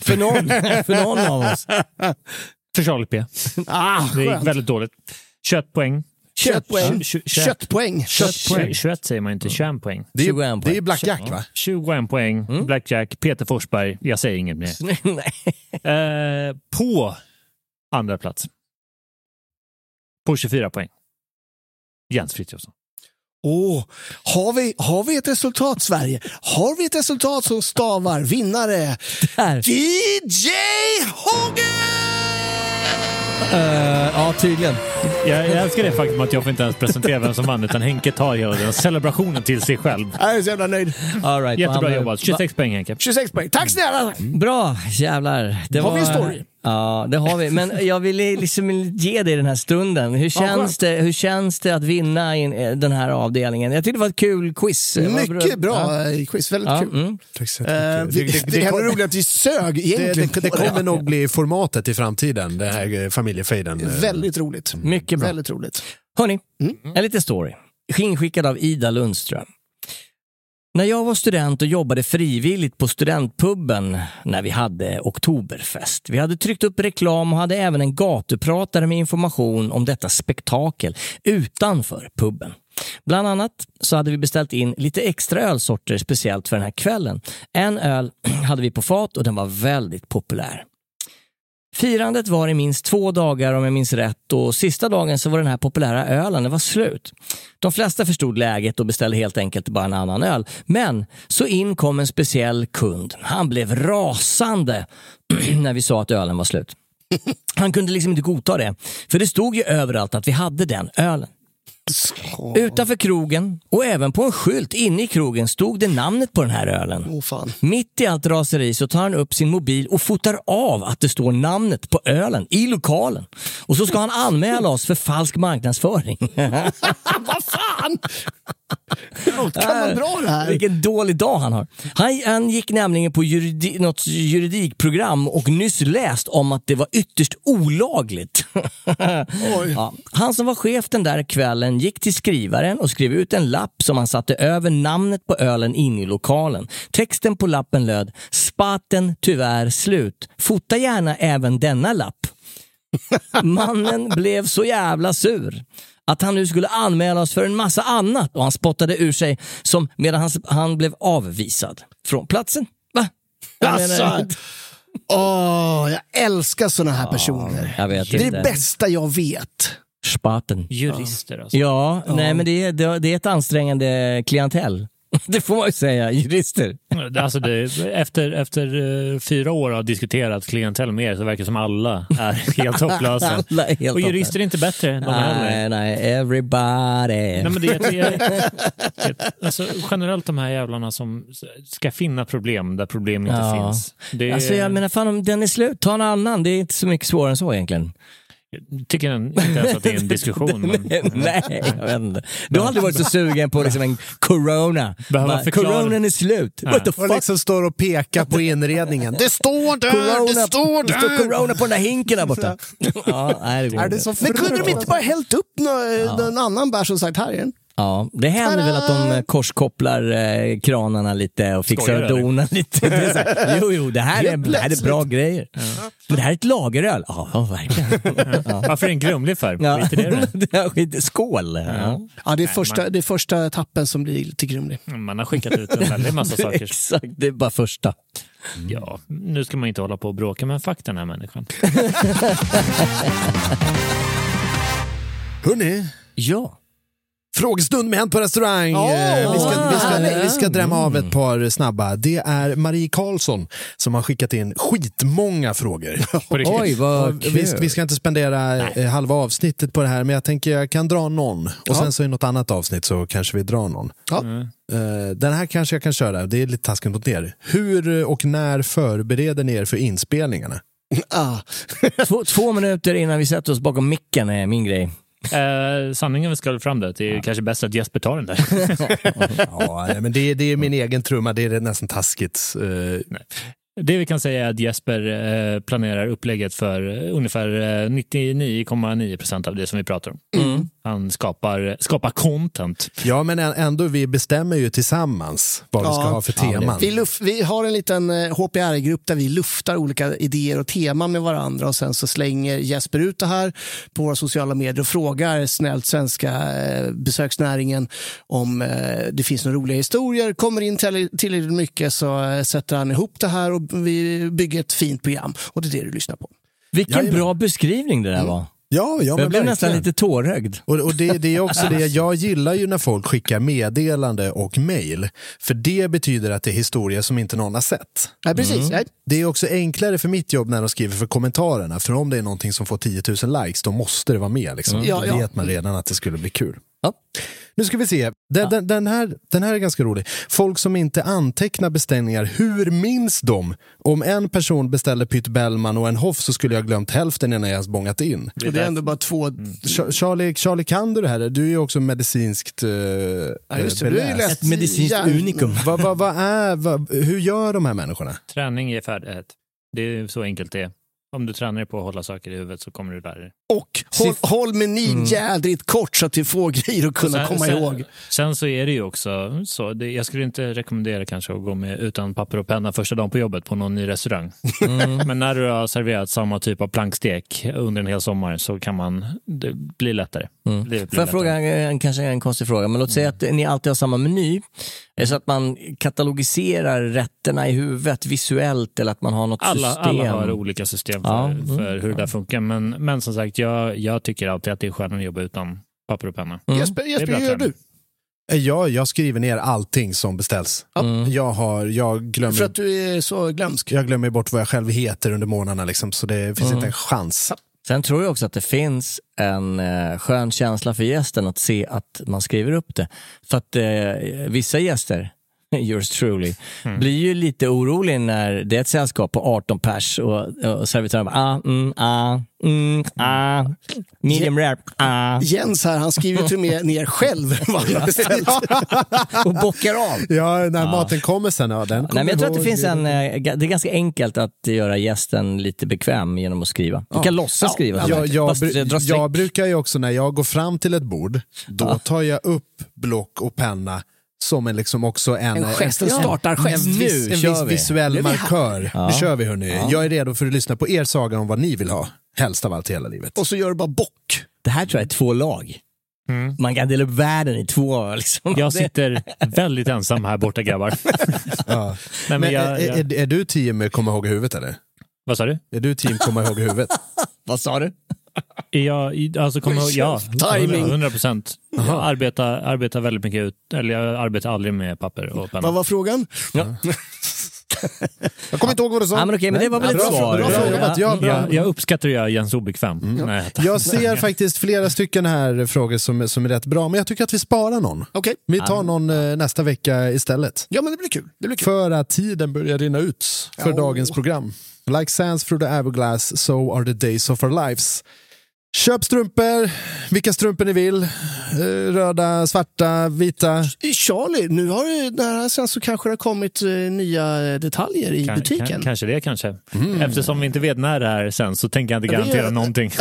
[SPEAKER 2] För någon, för någon av oss.
[SPEAKER 3] för Charlie P.
[SPEAKER 5] Ah,
[SPEAKER 3] Det gick
[SPEAKER 5] skönt.
[SPEAKER 3] väldigt dåligt. 21 poäng.
[SPEAKER 5] Köttpoäng.
[SPEAKER 3] Kö- kö- kö-
[SPEAKER 5] Köttpoäng.
[SPEAKER 3] 21 säger man inte,
[SPEAKER 1] Mm.
[SPEAKER 3] 21 poäng.
[SPEAKER 4] Det är,
[SPEAKER 2] 21 poäng.
[SPEAKER 4] det är blackjack va?
[SPEAKER 3] 21 poäng, Blackjack, Peter Forsberg. Jag säger inget mer.
[SPEAKER 2] Nej.
[SPEAKER 3] Eh, på andra plats. och 24 poäng. Jens Frithiofsson.
[SPEAKER 5] Åh, har, vi, har vi ett resultat Sverige? Har vi ett resultat som stavar vinnare? DJ Hogge!
[SPEAKER 2] Eh, ja, tydligen.
[SPEAKER 3] Jag, jag älskar det faktum att jag får inte ens presentera vem som vann, utan Henke tar hela den celebrationen till sig själv.
[SPEAKER 5] Jag är så jävla nöjd.
[SPEAKER 2] All right,
[SPEAKER 3] Jättebra
[SPEAKER 2] han-
[SPEAKER 3] jobbat. 26 poäng Henke.
[SPEAKER 5] 26 poäng. Tack snälla!
[SPEAKER 2] Mm. Bra, jävlar. Det
[SPEAKER 5] Har
[SPEAKER 2] var...
[SPEAKER 5] vi en story?
[SPEAKER 2] Ja, det har vi. Men jag ville liksom ge dig den här stunden. Hur känns,
[SPEAKER 5] skönt.
[SPEAKER 2] det, hur känns det att vinna i en- eh, den här avdelningen? Jag tyckte det var ett kul quiz. Det var
[SPEAKER 5] Mycket
[SPEAKER 2] Ja.
[SPEAKER 5] bra eh, quiz, väldigt
[SPEAKER 2] Ja,
[SPEAKER 5] kul.
[SPEAKER 2] mm.
[SPEAKER 1] Tack så
[SPEAKER 5] Eh,
[SPEAKER 1] jättemycket.
[SPEAKER 5] vi, det det, är roligt att vi sög
[SPEAKER 1] Det,
[SPEAKER 5] egentligen.
[SPEAKER 1] det, det
[SPEAKER 5] på det.
[SPEAKER 1] kommer nog bli formatet i framtiden, den här eh, familjefejden. Eh,
[SPEAKER 5] Väldigt roligt.
[SPEAKER 2] Mycket bra.
[SPEAKER 5] Mm. Väldigt roligt. Mm.
[SPEAKER 2] Hörni, en liten story. Inskickad av Ida Lundström. När jag var student och jobbade frivilligt på studentpubben när vi hade oktoberfest. Vi hade tryckt upp reklam och hade även en gatupratare med information om detta spektakel utanför puben. Bland annat så hade vi beställt in lite extra ölsorter speciellt för den här kvällen. En öl hade vi på fat och den var väldigt populär. Firandet var i minst två dagar om jag minns rätt och sista dagen så var den här populära ölen den var slut. De flesta förstod läget och beställde helt enkelt bara en annan öl. Men så in kom en speciell kund. Han blev rasande när vi sa att ölen var slut. Han kunde liksom inte godta det, för det stod ju överallt att vi hade den ölen. Utanför krogen och även på en skylt inne i krogen stod det namnet på den här ölen.
[SPEAKER 5] Åh fan.
[SPEAKER 2] Mitt i allt raseri så tar han upp sin mobil och fotar av att det står namnet på ölen i lokalen. Och så ska han anmäla oss för falsk marknadsföring.
[SPEAKER 5] Vad fan! Något kan vara bra det här.
[SPEAKER 2] Vilken dålig dag han har. Han, han gick nämligen på juridi, något juridikprogram och nyss läst om att det var ytterst olagligt. ja. Han som var chef den där kvällen gick till skrivaren och skrev ut en lapp som han satte över namnet på ölen inne i lokalen. Texten på lappen löd “Spaten tyvärr slut. Fota gärna även denna lapp”. Mannen blev så jävla sur att han nu skulle anmäla oss för en massa annat och han spottade ur sig som medan han, han blev avvisad från platsen. Va? Jag menar-
[SPEAKER 5] Alltså, åh, jag älskar såna
[SPEAKER 4] Ah,
[SPEAKER 5] här personer.
[SPEAKER 2] jag vet
[SPEAKER 5] det är
[SPEAKER 2] inte.
[SPEAKER 5] det bästa jag vet.
[SPEAKER 2] Spaten.
[SPEAKER 3] Jurister alltså.
[SPEAKER 2] Ja, nej men det är, det det är ett ansträngande klientell. Det får man ju säga, jurister.
[SPEAKER 3] Alltså det, efter, efter eh, fyra år har diskuterat klientell med er så verkar det som alla är helt hopplösa.
[SPEAKER 2] Alla är helt
[SPEAKER 3] Och jurister är inte bättre än de heller.
[SPEAKER 2] Nej, nej, everybody.
[SPEAKER 3] Nej, men det, är- det, är- alltså, generellt de här jävlarna som ska finna problem där problem inte
[SPEAKER 2] Ja.
[SPEAKER 3] finns. Det är,
[SPEAKER 2] Alltså jag menar, fan om den är slut, ta en annan. Det är inte så mycket svårare än så egentligen.
[SPEAKER 3] tycker inte ens att det är en diskussion. Men,
[SPEAKER 2] Nej, jag vet inte. Du har aldrig varit så sugen på liksom en corona.
[SPEAKER 3] Behöva
[SPEAKER 2] Bara,
[SPEAKER 3] förklara.
[SPEAKER 2] Coronan är slut. What the
[SPEAKER 1] Och
[SPEAKER 2] fuck?
[SPEAKER 1] liksom står och pekar på inredningen. Det står där!
[SPEAKER 2] Corona,
[SPEAKER 1] Det står
[SPEAKER 2] det står
[SPEAKER 1] där!
[SPEAKER 2] corona på den där hinken där borta. ja, nej, det går
[SPEAKER 1] Är det
[SPEAKER 2] inte.
[SPEAKER 1] så
[SPEAKER 5] Men kunde de
[SPEAKER 1] fruktansvärt?
[SPEAKER 5] inte bara hällt upp nå- någon annan bärs och sagt här är den?
[SPEAKER 2] Ja, det händer väl att de eh, korskopplar eh, kranarna lite och fixar
[SPEAKER 3] Skojar
[SPEAKER 2] och
[SPEAKER 3] du, eller?
[SPEAKER 2] donar lite. Det är så här, jo, jo, det här, är, det här är bra grejer. Men det här är ett lageröl. Ja, ja, verkligen.
[SPEAKER 3] varför är det en grumlig färg?
[SPEAKER 2] Ja.
[SPEAKER 3] Skit i det då.
[SPEAKER 2] Det här skit- Skål! Ja.
[SPEAKER 5] Ja, det är, första, det är första etappen som blir lite grumlig.
[SPEAKER 3] Man har skickat ut en väldig massa saker.
[SPEAKER 2] Exakt, det är bara första.
[SPEAKER 3] Ja, nu ska man inte hålla på och bråka, men fuck den här människan.
[SPEAKER 1] Hörni,
[SPEAKER 2] Ja.
[SPEAKER 1] frågestund med Hänt på restaurang. Eh, vi, ska, vi, ska, vi ska drämma av ett par snabba. Det är Marie Karlsson som har skickat in skitmånga frågor.
[SPEAKER 3] På riktigt.
[SPEAKER 2] Oj, vad kul.
[SPEAKER 1] Vi, vi ska inte spendera eh, halva avsnittet på det här, men jag tänker jag kan dra någon. Och sen så i något annat avsnitt så kanske vi drar någon.
[SPEAKER 5] Ja.
[SPEAKER 1] Eh, Den här kanske jag kan köra, det är lite taskigt mot er. Hur eh, och när förbereder ni er för inspelningarna?
[SPEAKER 5] Ah.
[SPEAKER 2] Två, två minuter innan vi sätter oss bakom micken är min grej.
[SPEAKER 3] Eh, sanningen ska väl fram där, att det är kanske bäst att Jesper tar den där.
[SPEAKER 1] Ja, nej, men det, det är min egen trumma, det är nästan taskigt. Eh,
[SPEAKER 3] Det vi kan säga är att Jesper eh, planerar upplägget för eh, ungefär eh, 99,9 procent av det som vi pratar om.
[SPEAKER 5] Mm.
[SPEAKER 1] Mm.
[SPEAKER 3] Han skapar, eh, skapar content.
[SPEAKER 1] Ja, men ä- ändå, vi bestämmer ju tillsammans vad vi ska
[SPEAKER 5] Ja.
[SPEAKER 1] ha för teman.
[SPEAKER 5] Vi, luff, vi har en liten eh, HPR-grupp där vi luftar olika idéer och teman med varandra och sen så slänger Jesper ut det här på våra sociala medier och frågar snällt svenska eh, besöksnäringen om eh, det finns några roliga historier. Kommer in till- tillräckligt mycket så eh, sätter han ihop det här och vi bygger ett fint program och det är det du lyssnar på.
[SPEAKER 2] Vilken bra beskrivning det där var.
[SPEAKER 4] Mm. Ja, ja, men
[SPEAKER 2] jag blev nästan
[SPEAKER 4] verkligen.
[SPEAKER 2] lite tårögd.
[SPEAKER 4] Och, och det, det är också det, jag gillar ju när folk skickar meddelande och mail. För det betyder att det är historia som inte någon har sett.
[SPEAKER 5] Ja, precis.
[SPEAKER 2] Mm.
[SPEAKER 5] Ja.
[SPEAKER 4] Det är också enklare för mitt jobb när de skriver för kommentarerna. För om det är någonting som får 10 000 likes, då måste det vara med. Liksom.
[SPEAKER 5] Mm. Ja,
[SPEAKER 4] då
[SPEAKER 5] ja.
[SPEAKER 4] vet man redan att det skulle bli kul.
[SPEAKER 2] Ja.
[SPEAKER 4] Nu ska vi se. Den, den, den, här, den här är ganska rolig. Folk som inte antecknar beställningar, hur minns de? Om en person beställde Pytt Bellman och en Hoff så skulle jag ha glömt hälften innan jag ens bångat in.
[SPEAKER 5] Och det är ändå bara två...
[SPEAKER 4] Cha- Mm. Charlie, Charlie, kan du det här? Du är ju också medicinskt eh,
[SPEAKER 5] Ja, just det.
[SPEAKER 4] eh,
[SPEAKER 5] Du är ju
[SPEAKER 4] beläst.
[SPEAKER 5] läst
[SPEAKER 2] Ett medicinskt
[SPEAKER 5] hjärn-
[SPEAKER 2] unikum.
[SPEAKER 4] Vad vad- vad är, vad- hur gör de här människorna?
[SPEAKER 3] Träning ger färdighet. Det är så enkelt det är. Om du tränar dig på att hålla saker i huvudet så kommer du lära dig.
[SPEAKER 5] Och håll, håll menin
[SPEAKER 4] Mm.
[SPEAKER 5] jädrigt kort så att du får grejer att kunna komma
[SPEAKER 3] sen,
[SPEAKER 5] ihåg.
[SPEAKER 3] Sen så är det ju också så, det, jag skulle inte rekommendera kanske att gå med utan papper och penna första dagen på jobbet på någon ny restaurang.
[SPEAKER 2] Mm.
[SPEAKER 3] Men när du har serverat samma typ av plankstek under en hel sommar så kan man, det blir lättare. Mm. Det blir
[SPEAKER 2] Får jag
[SPEAKER 3] lättare.
[SPEAKER 2] fråga en, kanske en konstig fråga, men låt säga att
[SPEAKER 3] Mm.
[SPEAKER 2] ni alltid har samma meny. Är det så att man katalogiserar rätterna i huvudet visuellt eller att man har något
[SPEAKER 3] Alla,
[SPEAKER 2] system?
[SPEAKER 3] alla har olika system för,
[SPEAKER 2] Ja, mm,
[SPEAKER 3] för hur det där funkar. Men, men som sagt, jag, jag tycker alltid att det är skönare att jobba utan papper och penna.
[SPEAKER 2] Mm.
[SPEAKER 5] Jesper,
[SPEAKER 3] Det är
[SPEAKER 5] Jesper
[SPEAKER 3] bra
[SPEAKER 5] hur gör
[SPEAKER 3] träning.
[SPEAKER 5] du? Mm.
[SPEAKER 4] Eh, Jag, jag skriver ner allting som beställs. Jag, har, jag, glömmer,
[SPEAKER 5] För att du är så glömsk.
[SPEAKER 4] jag glömmer bort vad jag själv heter under månaderna, liksom, så det finns inte en chans.
[SPEAKER 2] Mm. Sen tror jag också att det finns en eh, skön känsla för gästen att se att man skriver upp det. För att eh, vissa gäster, yours truly,
[SPEAKER 5] Mm.
[SPEAKER 2] blir ju lite orolig när det är ett sällskap på 18 pers och, och servitören bara ah, mm, ah, mm, ah, medium rare, ah,
[SPEAKER 5] Jens här, han skriver till och med ner själv vad han har beställt.
[SPEAKER 2] och bockar av. Ah.
[SPEAKER 4] Ja, när maten kommer sen, ja, den
[SPEAKER 2] Nej, men jag tror att det
[SPEAKER 4] ihåg.
[SPEAKER 2] finns en, eh, ga- det är ganska enkelt att göra gästen lite bekväm genom att skriva. Du kan låtsas skriva. så
[SPEAKER 4] Jag,
[SPEAKER 2] här.
[SPEAKER 4] jag,
[SPEAKER 2] Fast, eh,
[SPEAKER 4] bru-
[SPEAKER 2] dra streck.
[SPEAKER 4] jag brukar ju också när jag går fram till ett bord, då tar jag upp block och penna som en liksom också en,
[SPEAKER 5] En gest, en startargest.
[SPEAKER 4] En, viss,
[SPEAKER 2] Nu
[SPEAKER 4] en
[SPEAKER 2] kör
[SPEAKER 4] viss
[SPEAKER 2] vi.
[SPEAKER 4] visuell
[SPEAKER 2] Nu är vi här.
[SPEAKER 4] markör. Nu kör vi hörni. Jag är redo för att lyssna på er saga om vad ni vill ha. Helst av allt i hela livet.
[SPEAKER 5] Och så gör du bara bock.
[SPEAKER 2] Det här tror jag är två lag.
[SPEAKER 4] Mm.
[SPEAKER 2] Man kan dela upp världen i två. Liksom.
[SPEAKER 3] Jag
[SPEAKER 2] Det-
[SPEAKER 3] sitter väldigt ensam här borta grabbar.
[SPEAKER 4] Ja.
[SPEAKER 3] Nej, men
[SPEAKER 4] Men
[SPEAKER 2] eh,
[SPEAKER 3] jag,
[SPEAKER 4] är,
[SPEAKER 3] jag,
[SPEAKER 4] är, är du team komma ihåg i huvudet eller?
[SPEAKER 3] vad sa du?
[SPEAKER 4] Är du team komma ihåg i huvudet?
[SPEAKER 2] Vad sa du?
[SPEAKER 3] Är Jag, i- alltså, kommer ihåg, ja,
[SPEAKER 5] Timing.
[SPEAKER 3] 100 procent. Jag arbetar, arbetar väldigt mycket ut, eller jag arbetar aldrig med papper och penna.
[SPEAKER 5] Vad var frågan?
[SPEAKER 4] Jag kommer inte ihåg vad du sa.
[SPEAKER 2] Ja, men okej, men det var väl
[SPEAKER 4] Nej.
[SPEAKER 2] ett
[SPEAKER 4] Bra,
[SPEAKER 2] svar.
[SPEAKER 4] bra, bra
[SPEAKER 2] Ja.
[SPEAKER 4] jobbat. Ja, bra.
[SPEAKER 3] jag, jag uppskattar att göra Jens obekväm. Nej, tack.
[SPEAKER 4] Jag ser faktiskt flera stycken här frågor som, som är rätt bra, men jag tycker att vi sparar någon.
[SPEAKER 5] Okej.
[SPEAKER 4] Vi tar någon eh, nästa vecka istället.
[SPEAKER 5] Ja, men det blir kul. Det blir kul.
[SPEAKER 4] För att tiden börjar rinna ut för
[SPEAKER 5] Ja.
[SPEAKER 4] dagens program. Like sands through the hourglass, so are the days of our lives. Köp strumpor, vilka strumpor ni vill. Eh, Röda, svarta, vita.
[SPEAKER 5] Eh, Charlie, nu har du, det här sen så kanske det har kommit eh, nya eh, detaljer i
[SPEAKER 3] Kan-
[SPEAKER 5] butiken.
[SPEAKER 3] kan- kanske det, kanske.
[SPEAKER 4] Mm.
[SPEAKER 3] Eftersom vi inte vet när det här är sen så tänker jag inte
[SPEAKER 5] Ja, det
[SPEAKER 3] garantera
[SPEAKER 5] är-
[SPEAKER 3] någonting.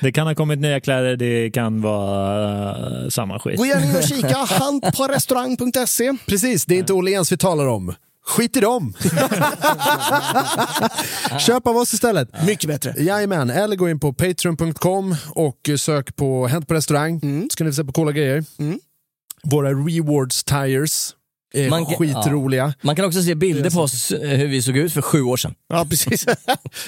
[SPEAKER 3] det kan ha kommit nya kläder, det kan vara eh, samma skit.
[SPEAKER 5] Gå gärna in och kika, hantparestaurang.se.
[SPEAKER 4] Precis, det är
[SPEAKER 5] Eh.
[SPEAKER 4] inte Åhléns vi talar om. Skit i dem! Köp av oss istället.
[SPEAKER 5] Mycket bättre.
[SPEAKER 4] Jajamän, eller gå in på patreon.com och sök på Hänt på restaurang.
[SPEAKER 5] Mm.
[SPEAKER 4] Ska ni få se på coola grejer. Våra rewards tires är
[SPEAKER 2] Man-
[SPEAKER 4] skitroliga.
[SPEAKER 2] Man kan också se bilder på oss, eh, hur vi såg ut för sju år sedan.
[SPEAKER 5] Ja, precis.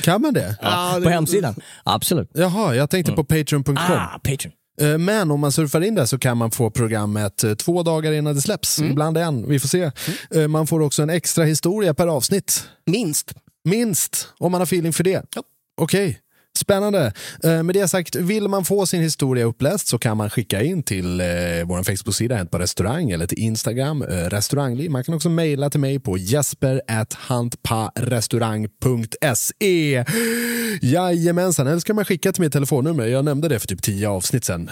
[SPEAKER 4] Kan man det?
[SPEAKER 5] Ja,
[SPEAKER 2] på
[SPEAKER 5] det-
[SPEAKER 2] hemsidan. Absolut.
[SPEAKER 4] Jaha, jag tänkte på patreon.com.
[SPEAKER 2] Ah, Patreon.
[SPEAKER 4] Eh, Men om man surfar in där så kan man få programmet eh, två dagar innan det släpps.
[SPEAKER 5] Mm.
[SPEAKER 4] Ibland en, vi får se. Eh, Man får också en extra historia per avsnitt.
[SPEAKER 5] Minst.
[SPEAKER 4] Minst, om man har feeling för det.
[SPEAKER 5] Ja.
[SPEAKER 4] Okej, spännande. Eh, Med det sagt, vill man få sin historia uppläst så kan man skicka in till eh, vår Facebook-sida Hänt på restaurang eller till Instagram, eh, restaurangliv. Man kan också mejla till mig på jesper.hantparestaurang.se Jajamensan, eller ska man skicka till mitt telefonnummer? Jag nämnde det för typ tio avsnitt sedan.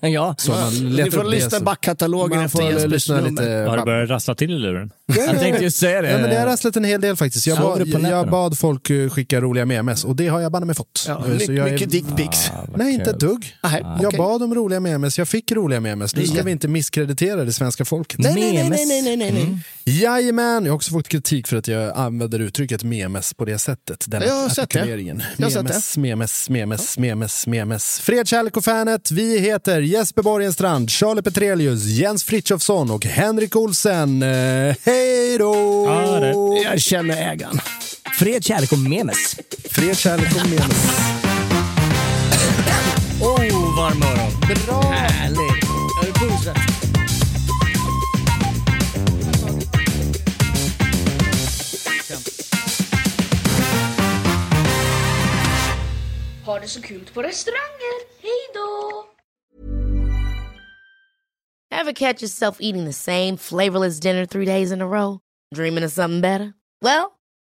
[SPEAKER 4] Eh,
[SPEAKER 2] ja.
[SPEAKER 4] så man letar
[SPEAKER 5] Ni får
[SPEAKER 4] upp det
[SPEAKER 5] lyssna i
[SPEAKER 4] så-
[SPEAKER 5] backkatalogen
[SPEAKER 4] Man
[SPEAKER 5] efter
[SPEAKER 4] får
[SPEAKER 5] Jespers
[SPEAKER 4] lyssna
[SPEAKER 5] nummer.
[SPEAKER 4] lite.
[SPEAKER 3] Har det börjat rassla till i luren?
[SPEAKER 2] Jag tänkte ju säga det.
[SPEAKER 4] Ja, men det har rasslat en hel del faktiskt. Jag,
[SPEAKER 2] Såg
[SPEAKER 4] bad,
[SPEAKER 2] du på nätterna?
[SPEAKER 4] jag bad folk eh, skicka roliga memes och det har jag banne mig fått.
[SPEAKER 5] Ja,
[SPEAKER 4] Eh,
[SPEAKER 5] mycket
[SPEAKER 4] jag är-
[SPEAKER 5] mycket dickpics.
[SPEAKER 4] Nej, inte ett dugg.
[SPEAKER 5] Nej,
[SPEAKER 4] Jag
[SPEAKER 5] okej.
[SPEAKER 4] bad om roliga memes, jag fick roliga memes. Nu ska vi inte misskreditera det svenska folket.
[SPEAKER 5] Nej, nej, nej, nej, nej, nej, nej. nej.
[SPEAKER 4] Jajamän, jag har också fått kritik för att jag använder uttrycket memes på det sättet. Den
[SPEAKER 5] Jag har sett det.
[SPEAKER 4] artikuleringen.
[SPEAKER 5] Jag har sett
[SPEAKER 4] Memes, memes, memes, memes, memes. Fred, kärlek och fanet. Vi heter Jesper Borgenstrand, Charlie Petrelius, Jens Frithiofsson och Henrik Olsen. Eh, Hej då!
[SPEAKER 3] Ja, det.
[SPEAKER 5] Jag känner ägaren.
[SPEAKER 2] Fred, kärlek och memes.
[SPEAKER 4] Fred, kärlek och memes.
[SPEAKER 2] Oh, varm morgon. Bra! Härligt! Örebro
[SPEAKER 7] Ha det så kul på restauranger. Hej då!
[SPEAKER 6] Ever catch yourself eating the same flavorless dinner three days in a row? Dreaming of something better? Well,